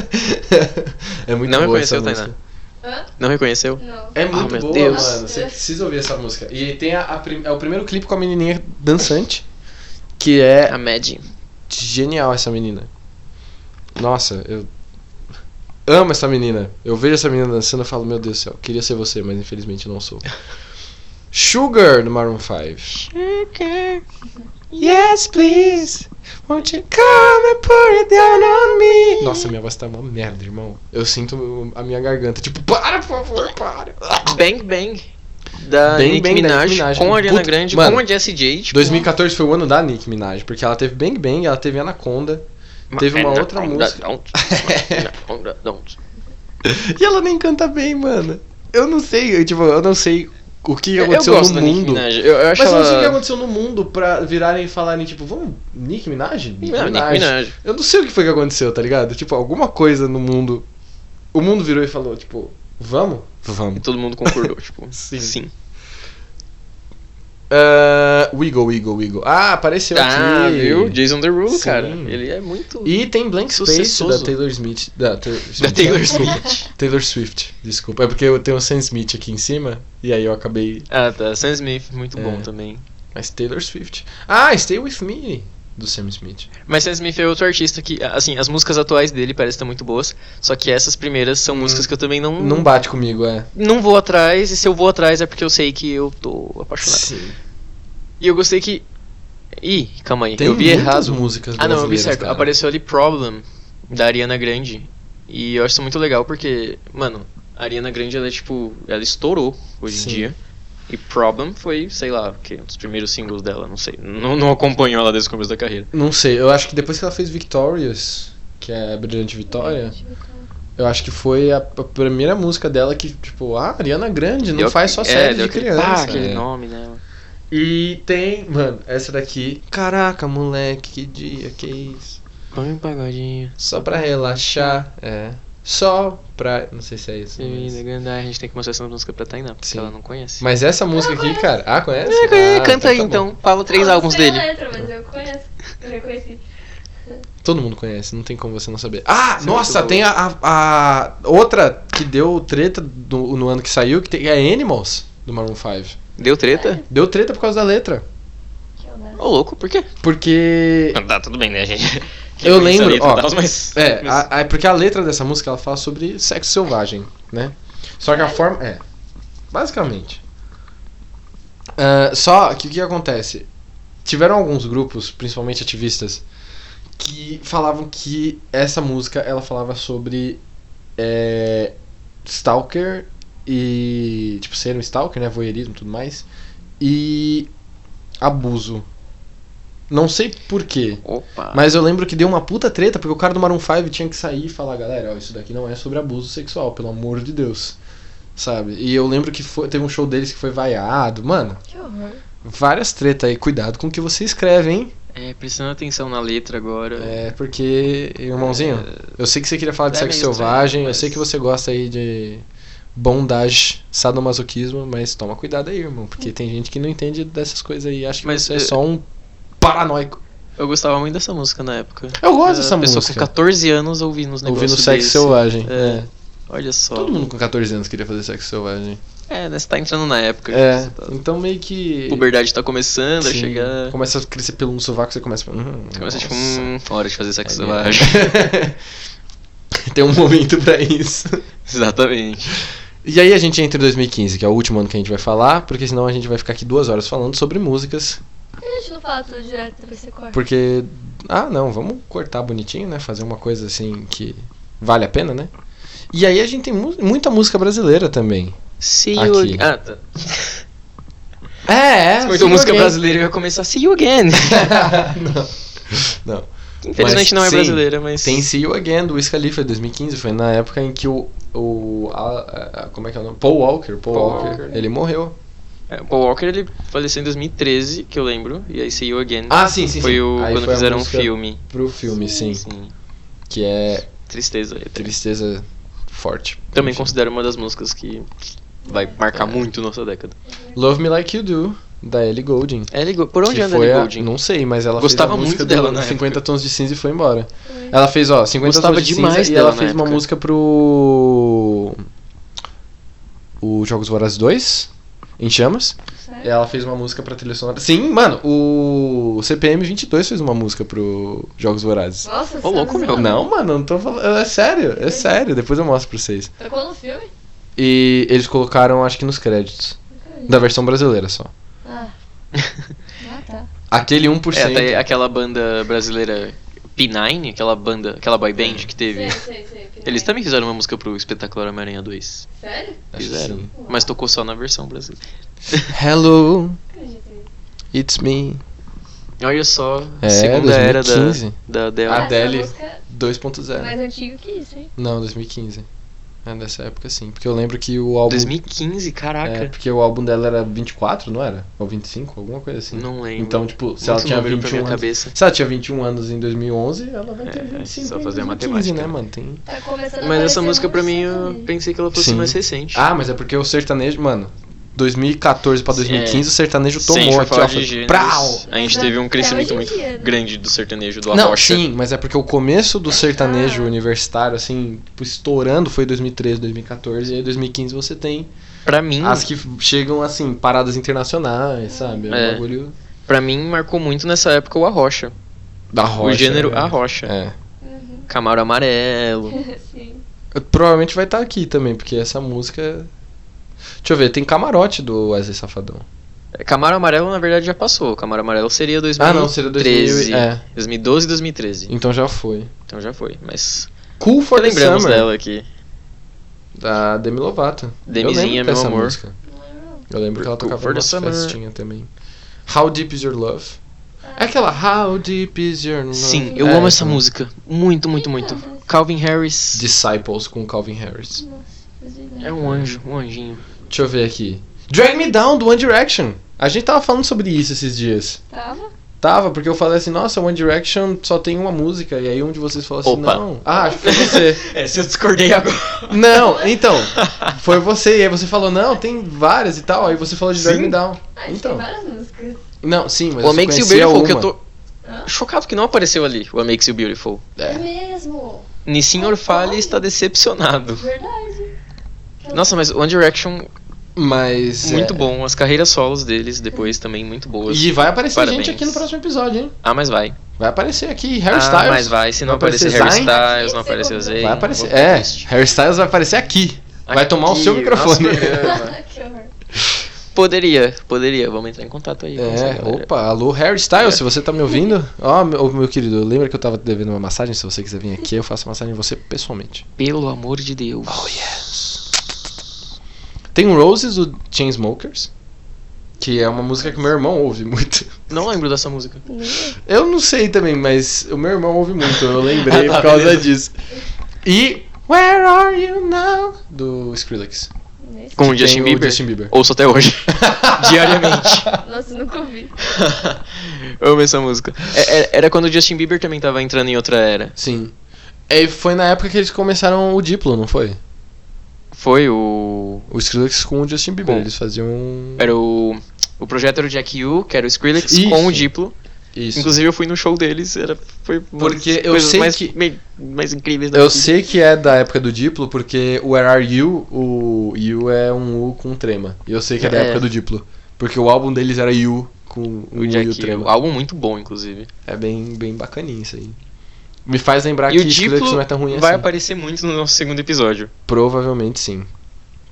S2: é muito
S1: Não
S2: boa
S1: reconheceu,
S2: essa
S1: Tainá?
S2: música.
S3: Hã?
S1: Não reconheceu?
S3: Não.
S2: É
S1: Ah,
S2: muito
S1: meu
S2: boa,
S1: Deus.
S2: mano. Você precisa ouvir essa música. E tem a, a prim- é o primeiro clipe com a menininha dançante. Que é
S1: A Mad.
S2: genial essa menina. Nossa, eu amo essa menina. Eu vejo essa menina dançando e falo, meu Deus do céu, queria ser você, mas infelizmente não sou. Sugar do Maroon 5. Sugar. Yes, please. Won't you come and pour it down on me? Nossa, minha voz tá uma merda, irmão. Eu sinto a minha garganta. Tipo, para, por favor, para.
S1: Bang Bang. Da
S2: Bang
S1: Nicki
S2: Bang da
S1: Minaj,
S2: Nicki Minaj.
S1: com a Ariana
S2: Puta-
S1: Grande,
S2: Mano.
S1: com a Jessie J. Tipo,
S2: 2014 foi o ano da Nicki Minaj, porque ela teve Bang Bang, ela teve Anaconda. teve
S1: é,
S2: uma outra música.
S1: [LAUGHS]
S2: E ela nem canta bem, mano. Eu não sei, eu, tipo, eu não sei o que
S1: Eu,
S2: aconteceu
S1: gosto
S2: no
S1: da Nicki
S2: mundo.
S1: Minaj. Eu, eu
S2: Mas
S1: acho
S2: eu não sei o que
S1: ela...
S2: aconteceu no mundo pra virarem e falarem, tipo, vamos, Nick Minaj? Nicki
S1: Não, Nicki Minaj.
S2: Eu não sei o que foi que aconteceu, tá ligado? Tipo, alguma coisa no mundo. O mundo virou e falou, tipo, vamos?
S1: E
S2: Vamos.
S1: [LAUGHS] assim, todo mundo concordou, tipo,
S2: Sim.
S1: sim.
S2: Ah, wiggle, Wiggle, Wiggle. Ah, apareceu
S1: Ah,
S2: aqui.
S1: viu? Jason Derulo,
S2: Sim.
S1: cara. Ele é muito.
S2: E tem Blank Space
S1: Sucessoso.
S2: da Taylor Smith. Da, Taylor Smith.
S1: Da Taylor Swift.
S2: Taylor Swift, desculpa. É porque eu tenho o Sam Smith aqui em cima, e aí eu acabei.
S1: [LAUGHS] ah, tá. Sam Smith, muito
S2: É.
S1: bom também.
S2: Mas Taylor Swift. Ah, Stay With Me, do Sam Smith.
S1: Mas Sam Smith é outro artista que, assim, as músicas atuais dele parecem estar muito boas. Só que essas primeiras são músicas que eu também Hum. não,
S2: Não
S1: não.
S2: bate comigo, é.
S1: vou atrás. E se eu vou atrás é porque eu sei que eu tô apaixonado.
S2: Sim.
S1: E eu gostei que. Ih, calma aí.
S2: Tem
S1: eu vi
S2: muitas
S1: errado.
S2: músicas
S1: Ah, não, eu vi
S2: brasileiras,
S1: certo.
S2: cara.
S1: Apareceu ali Problem, da Ariana Grande. E eu acho isso muito legal porque, mano, a Ariana Grande, ela é tipo. Ela estourou hoje
S2: Sim.
S1: em dia. E Problem foi, sei lá, o quê? Um dos primeiros singles dela, não sei. Não, não acompanho ela desde o começo da carreira.
S2: Não sei, eu acho que depois que ela fez Victorious, que é a Brilhante Vitória, eu acho que foi a, a primeira música dela que, tipo, ah, Ariana Grande, não
S1: Deu-
S2: faz só
S1: é,
S2: série
S1: deu
S2: de
S1: aquele-
S2: criança.
S1: Ah, aquele
S2: é.
S1: nome, né?
S2: E tem, mano, essa daqui. Caraca, moleque, que dia, que é isso.
S1: Põe um pagodinho.
S2: Só pra relaxar, é. Só pra. Não sei se é isso.
S1: Menina,
S2: Mas,
S1: gandá, a gente tem que mostrar essa música pra Tainá, porque
S2: Sim.
S1: ela não conhece.
S2: mas essa música aqui, cara. Ah, conhece?
S1: É,
S2: Ah,
S1: canta aí
S2: tá bom.
S1: então, fala três
S3: Eu não
S1: álbuns
S3: sei a
S1: dele.
S3: letra, mas eu conheço. Eu reconheci.
S2: Todo mundo conhece, não tem como você não saber. Ah,
S1: Essa é
S2: nossa,
S1: muito
S2: tem a, a, a outra que deu treta do- no ano que saiu, que tem, é Animals, do Maroon 5.
S1: Deu treta?
S2: Deu treta por causa da letra.
S3: Que eu não-
S1: Ô, louco, por quê?
S2: Porque.
S1: Tá, tudo bem, né, gente?
S2: Eu lembro, ó,
S1: mas,
S2: [LAUGHS] É,
S1: mas-
S2: a- a- porque a letra dessa música ela fala sobre sexo selvagem, né? Só que a forma. É. Basicamente. Ah, só que o que acontece? Tiveram alguns grupos, principalmente ativistas, que falavam que essa música ela falava sobre. é, stalker e. Tipo, ser um stalker, né? Voyeurismo e tudo mais. E. abuso. Não sei porquê.
S1: Opa.
S2: Ah. Mas eu lembro que deu uma puta treta, porque o cara do Maroon 5 tinha que sair e falar, galera, ó, isso daqui não é sobre abuso sexual, pelo amor de Deus. Sabe? E eu lembro que foi- teve um show deles que foi vaiado, mano.
S3: Que horror.
S2: Várias tretas aí, cuidado com o que você escreve, hein?
S1: É, prestando atenção na letra agora.
S2: É, porque, irmãozinho, eu sei que você queria falar de
S1: É
S2: sexo
S1: meio estranho,
S2: selvagem, eu
S1: mas-
S2: sei que você gosta aí de bondage, sadomasoquismo, mas toma cuidado aí, irmão, porque tem gente que não entende dessas coisas aí, acha que
S1: Mas,
S2: você é
S1: eh,
S2: só um paranoico.
S1: Eu gostava muito dessa música na época.
S2: Eu gosto dessa
S1: é, pessoa
S2: música.
S1: com 14 anos ouvindo os negócios
S2: Ouvindo sexo
S1: desse.
S2: selvagem.
S1: É.
S2: é.
S1: Olha só.
S2: Todo mundo com 14 anos queria fazer sexo selvagem.
S1: É, né, você tá entrando na época.
S2: É,
S1: Você tá-
S2: então meio que.
S1: A Puberdade tá começando a
S2: Sim.
S1: chegar.
S2: Começa a crescer pelo no sovaco, você começa. Hum,
S1: Você né? Começa tipo,
S2: nossa.
S1: hum, hora de fazer sexo
S2: Aí é.
S1: selvagem.
S2: [LAUGHS] Tem um momento pra isso.
S1: [LAUGHS] Exatamente.
S2: E aí a gente entra em 2015, que é o último ano que a gente vai falar, porque senão a gente vai ficar aqui duas horas falando sobre músicas.
S3: Por que a gente não fala tudo direto, depois você corta?
S2: Porque. Ah, não, vamos cortar bonitinho, né? Fazer uma coisa assim que vale a pena, né? E aí a gente tem mu- muita música brasileira também.
S1: See
S2: Aqui.
S1: you again. Ah, tá.
S2: É, é.
S1: Se cortou música brasileira, eu ia começar See you again. [LAUGHS]
S2: [LAUGHS] não. não.
S1: Infelizmente não é
S2: sim,
S1: brasileira, mas.
S2: Tem See You Again do Wiz Khalifa de 2015, foi na época em que o. o a- a- como é que é o nome? Paul Walker, Paul,
S1: Paul
S2: Walker,
S1: Walker.
S2: ele morreu.
S1: É, o Paul Walker ele faleceu em 2013, que eu lembro. E aí See You Again.
S2: Ah, sim, sim.
S1: foi
S2: sim.
S1: o
S2: Aí
S1: quando
S2: foi a
S1: fizeram um
S2: música
S1: filme.
S2: Pro filme, sim,
S1: Sim.
S2: Que é
S1: Tristeza. é triste.
S2: Tristeza Forte.
S1: Também
S2: Enfim.
S1: considero uma das músicas que vai marcar muito nossa década.
S2: Love Me Like You Do, da Ellie Goulding.
S1: Ellie É, Go- Por onde
S2: que
S1: anda
S2: foi
S1: Ellie
S2: a-
S1: Goulding?
S2: Não sei, mas ela
S1: Gostava
S2: fez a
S1: muito
S2: música
S1: dela
S2: do [LAUGHS]
S1: na
S2: 50
S1: época.
S2: Tons de Cinza e foi embora. Ela fez, ó, 50
S1: Gostava
S2: Tons de
S1: demais
S2: Cinza e
S1: dela
S2: ela
S1: na
S2: fez uma
S1: época.
S2: música pro. O Jogos Vorazes 2, em chamas.
S1: É.
S3: Sério?
S2: Ela fez uma música pra trilha sonora. Sim, mano, o CPM 22 fez uma música pro Jogos Vorazes.
S3: Nossa,
S1: Ô, louco, meu.
S2: Não, mano, eu não tô falando. É sério, é sério. Depois eu mostro pra vocês.
S3: Tocou no filme?
S2: E eles colocaram, acho que nos créditos. Da versão brasileira só.
S3: Ah. ah, tá.
S2: Aquele 1%.
S1: É, até aquela banda brasileira P9, aquela banda, aquela boy band que teve.
S3: Sei, sei, sei. que
S1: Eles
S3: nem-
S1: também fizeram uma música pro Espetacular Homem-Aranha 2.
S3: Sério?
S2: Acho que
S1: Fizeram.
S2: sim.
S1: Mas tocou só na versão brasileira.
S2: Hello,
S3: Não acredito nisso.
S2: it's me.
S1: Olha só,
S2: É,
S1: segunda era da,
S2: 2015.
S1: da Adele.
S2: A
S3: Ah, essa
S2: Adele.
S3: música é
S2: 2.0.
S3: Mais antigo que isso, hein?
S2: Não, 2015. É, nessa época sim. Porque eu lembro que o álbum.
S1: 2015, caraca.
S2: É, porque o álbum dela era 24, não era? Ou 25, alguma coisa assim.
S1: Não lembro.
S2: Então, tipo, se
S1: Muito
S2: ela tinha
S1: número pra
S2: 21
S1: minha
S2: anos,
S1: cabeça.
S2: Se ela tinha 21 anos em 2011, ela vai ter
S1: É,
S2: 25
S1: só
S2: em
S1: fazer a
S2: 2015,
S1: matemática.
S2: né, mano? Tem...
S3: Tá começando a
S1: Mas essa
S3: aparecer
S1: música pra
S3: muito
S1: mim,
S3: isso
S1: eu
S3: também.
S1: pensei que ela fosse
S2: Sim.
S1: mais recente.
S2: Ah, mas é porque o sertanejo, mano, 2014 pra 2015, o sertanejo
S1: Sim, a gente
S2: tomou
S1: vai
S2: aqui, ó.
S1: falar de
S2: foi-
S1: gêneros.
S2: Prau!
S1: A gente
S3: Mas
S1: teve um
S3: até
S1: crescimento
S3: Tá. hoje em
S1: muito
S3: dia, né?
S1: grande do sertanejo do
S2: Não,
S1: Arrocha.
S2: sim, mas é porque o começo do sertanejo
S3: Ah.
S2: universitário, assim, tipo, estourando foi 2013, 2014, e aí 2015 você tem
S1: Pra mim,
S2: as que chegam, assim, paradas internacionais, sabe? É um
S1: É.
S2: bagulho
S1: pra mim marcou muito nessa época o Arrocha.
S2: da rocha.
S1: o gênero
S2: né?
S1: Arrocha.
S2: É.
S3: Uhum.
S1: Camaro Amarelo.
S3: [LAUGHS] Sim.
S2: Eu- Provavelmente vai estar aqui também, porque essa música... é- Deixa eu ver, tem Camarote do Wesley Safadão.
S1: Camaro Amarelo, na verdade, já passou. Camaro Amarelo seria 2013.
S2: Ah, não, seria 2000, é.
S1: 2012 e 2013.
S2: Então já foi.
S1: Então já foi. Mas
S2: Cool for the
S1: lembramos
S2: Summer,
S1: dela aqui.
S2: da Demi Lovato.
S1: Demizinha,
S2: eu lembro
S1: meu
S2: dessa
S1: amor.
S2: música. Eu lembro que ela
S1: Cool
S2: tocava
S1: for
S2: em
S1: the
S2: umas
S1: Summer.
S2: festinhas também. How Deep Is Your Love? É aquela How Deep Is Your Love?
S1: Sim, eu
S2: É,
S1: amo essa
S2: também.
S1: música. Muito, muito, muito. Calvin Harris
S2: Disciples com Calvin Harris.
S1: é um anjo, um anjinho.
S2: Deixa eu ver aqui. Drag Me Down do One Direction. A gente tava falando sobre isso esses dias.
S3: Tava?
S2: Tava, porque eu falei assim, nossa, One Direction só tem uma música. E aí um de vocês falou assim,
S1: Opa.
S2: não. Ah, acho que foi você.
S1: [LAUGHS]
S2: [LAUGHS]
S1: É, se eu discordei agora. [LAUGHS]
S2: não, então. Foi você. E aí você falou, não, tem várias e tal. Aí você falou de Drag
S1: Sim.
S2: Me Down.
S3: Ah,
S2: Então.
S3: então. tem várias músicas.
S2: Não, sim, mas
S1: O
S2: eu só
S1: Makes You
S2: conhecia
S1: Beautiful,
S2: uma.
S1: que eu tô chocado que não apareceu ali. O Makes You Beautiful.
S3: É
S2: É.
S3: mesmo.
S1: Nissin Orfale está decepcionado.
S3: Verdade.
S1: Nossa, mas One Direction,
S2: Mas...
S1: muito
S2: é.
S1: bom. As carreiras solos deles depois também muito boas.
S2: E vai aparecer
S1: Parabéns.
S2: gente aqui no próximo episódio, hein?
S1: Ah, mas vai.
S2: Vai aparecer aqui Harry
S1: Ah,
S2: Styles.
S1: mas vai. Se não
S2: Vai aparecer
S1: aparecer Harry
S2: Zayn?
S1: Styles, não
S3: Vai
S1: aparecer
S3: aparecer.
S1: Zayn.
S2: Vai aparecer.
S1: vou
S2: É,
S1: triste.
S2: Harry Styles vai aparecer aqui. Vai tomar o seu
S1: Aqui,
S2: microfone.
S1: nosso
S2: [LAUGHS]
S1: programa.
S3: [LAUGHS] que horror.
S1: poderia, poderia. Vamos entrar em contato aí. com essa
S2: É,
S1: galera.
S2: opa, alô Harry Styles, se você tá me
S1: [LAUGHS]
S2: ouvindo, ó, meu, meu querido, lembra que eu tava te devendo uma massagem? Se você quiser vir aqui, eu faço massagem em você pessoalmente.
S1: Pelo amor de Deus.
S2: Tem o Roses do Chainsmokers, que é uma música que meu irmão ouve muito.
S1: Não lembro dessa
S2: [LAUGHS]
S1: música.
S2: Eu não sei também, mas o meu irmão ouve muito, eu lembrei
S1: [LAUGHS] Ah, tá,
S2: por causa
S1: beleza.
S2: disso. E Where Are You Now do Skrillex.
S3: Nesse-
S1: Com o
S2: Tem
S1: Justin Bieber?
S2: Justin Bieber.
S1: Ouço até hoje. [LAUGHS] Diariamente.
S3: Nossa, nunca ouvi.
S1: Eu amo essa música. É- é- era quando o Justin Bieber também tava entrando em outra era.
S2: Sim. É, E foi na época que eles começaram o Diplo, não foi?
S1: Foi o.
S2: O Skrillex com o Justin Bieber,
S1: Com-
S2: eles faziam um...
S1: Era o. O projeto era o Jack U, que era o Skrillex
S2: Isso.
S1: com o Diplo.
S2: Isso.
S1: Inclusive eu fui no show deles, era foi uma
S2: Porque
S1: das
S2: eu
S1: coisas
S2: sei
S1: mais,
S2: que-
S1: me- mais incríveis da
S2: Eu
S1: vida.
S2: sei que é da época do Diplo, porque o Where Are You, o You é um U com trema. E eu sei que é da
S1: É.
S2: época do Diplo, porque o álbum deles era You com um
S1: o
S2: U
S1: Jack
S2: e o
S1: U,
S2: trema.
S1: álbum muito bom inclusive.
S2: É bem, bem bacaninho isso aí. Me faz lembrar
S1: e
S2: que
S1: o
S2: Skrillex
S1: Diplo
S2: não é tão ruim
S1: vai
S2: assim.
S1: aparecer muito no nosso segundo episódio.
S2: Provavelmente sim.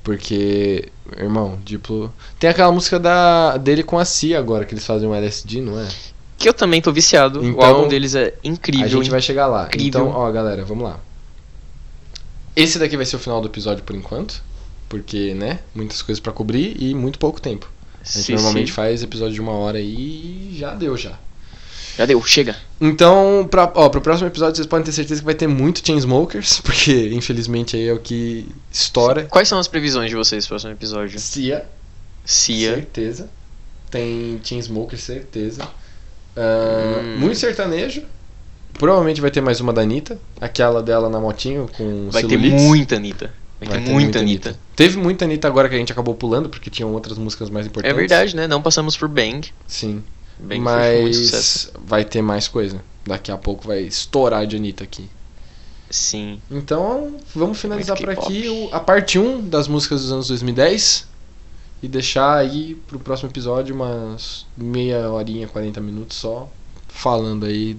S2: Porque, irmão, Diplo... Tem aquela música da, dele com a Cia agora, que eles fazem um LSD, não é?
S1: Que eu também tô viciado.
S2: Então,
S1: o álbum deles é incrível.
S2: A gente vai chegar lá.
S1: Incrível.
S2: Então, ó, galera, vamos lá. Esse daqui vai ser o final do episódio por enquanto. Porque, né? Muitas coisas pra cobrir e muito pouco tempo. A gente
S1: Sim,
S2: normalmente
S1: sim.
S2: faz episódio de uma hora e já deu já.
S1: Já deu, chega.
S2: Então, pra, ó, pro próximo episódio vocês podem ter certeza que vai ter muito Chainsmokers, [LAUGHS] porque infelizmente aí é o que estoura.
S1: Quais são as previsões de vocês pro próximo episódio?
S2: Cia,
S1: Cia.
S2: certeza. Tem Chainsmokers, certeza. Ah,
S1: Hum.
S2: Muito sertanejo. Provavelmente vai ter mais uma da Anitta. Aquela dela na motinho com
S1: Vai ter
S2: celulite.
S1: muita Anitta. Vai, ter, muita Anitta.
S2: Teve muita Anitta agora que a gente acabou pulando, porque tinham outras músicas mais
S1: É
S2: importantes.
S1: verdade, né? Não passamos por Bang.
S2: Sim.
S1: Bang foi muito sucesso.
S2: mas vai ter mais coisa. Daqui a pouco vai estourar de Anitta aqui.
S1: Sim.
S2: Então, vamos finalizar
S1: Muito
S2: por
S1: K-pop.
S2: aqui o- a parte 1 das músicas dos anos 2010. E deixar aí pro próximo episódio umas meia horinha, 40 minutos só, falando aí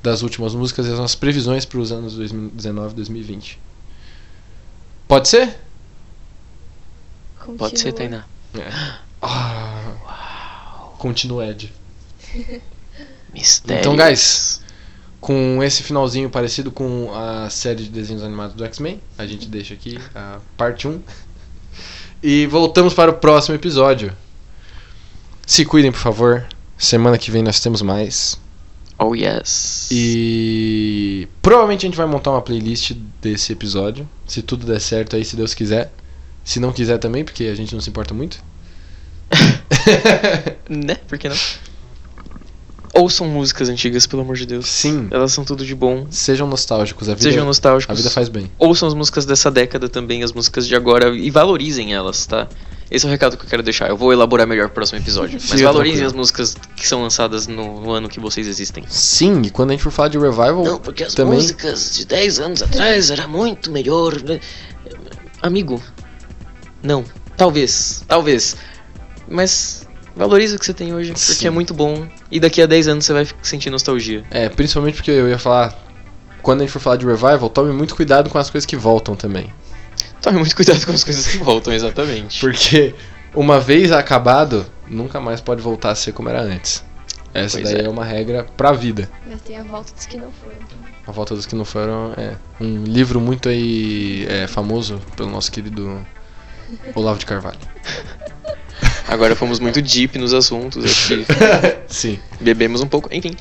S2: das últimas músicas e as nossas previsões pros anos 2019 2020. Pode ser?
S1: Pode ser,
S3: Continua.
S1: Tainá.
S2: Ah, Continua, Ed.
S1: Mistério.
S2: Então, guys, com esse finalzinho parecido com a série de desenhos animados do X-Men, a gente deixa aqui a parte 1. E voltamos para o próximo episódio. Se cuidem, por favor. Semana que vem nós temos mais.
S1: Oh, yes.
S2: E provavelmente a gente vai montar uma playlist desse episódio. Se tudo der certo aí, se Deus quiser. Se não quiser também, porque a gente não se importa muito.
S1: Né? Por que não? Ouçam músicas antigas, pelo amor de Deus.
S2: Sim.
S1: Elas são tudo de bom.
S2: Sejam nostálgicos. A vida,
S1: Sejam
S2: a
S1: nostálgicos.
S2: vida faz bem.
S1: Ouçam as músicas dessa década também, as músicas de agora, e valorizem elas, tá? Esse é o recado que eu quero deixar. Eu vou elaborar melhor pro próximo episódio. Mas
S2: Fica
S1: valorizem
S2: tranquilo.
S1: as músicas que são lançadas no, no ano que vocês existem.
S2: Sim, e quando a gente for falar de revival,
S1: Não, porque as
S2: também.
S1: músicas de 10 anos atrás era muito melhor. né? Amigo, não. Talvez, talvez. Mas valoriza o que você tem hoje, porque
S2: Sim.
S1: é muito bom. E daqui a 10 anos você vai sentir nostalgia.
S2: É, principalmente porque eu ia falar. Quando a gente for falar de revival, tome muito cuidado com as coisas que voltam também.
S1: Tome muito cuidado com as coisas que voltam, exatamente.
S2: Porque [LAUGHS] uma vez acabado, nunca mais pode voltar a ser como era antes. Essa
S1: Pois
S2: daí
S1: é.
S2: é. uma regra pra vida.
S3: Mas tem a volta dos que não foram.
S2: A Volta dos que não foram é um livro muito aí é, famoso pelo nosso querido Olavo
S1: [LAUGHS]
S2: de Carvalho.
S1: Agora fomos muito deep nos assuntos, [LAUGHS] acho que
S2: Sim.
S1: bebemos um pouco. Enfim,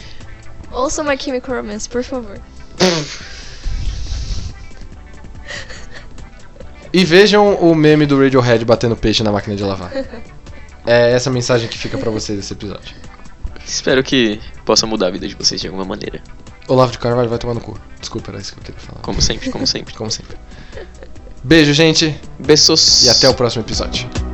S3: Ouça My Chemical Romance, por favor.
S2: E vejam o meme do Radiohead batendo peixe na máquina de lavar. É essa mensagem que fica pra vocês desse episódio.
S1: espero que possa mudar a vida de vocês de alguma maneira.
S2: Olavo de Carvalho vai tomar no cu. Desculpa, era isso que eu queria falar.
S1: Como sempre, como sempre.
S2: Como sempre. Beijo, gente,
S1: Beijos
S2: e até o próximo episódio.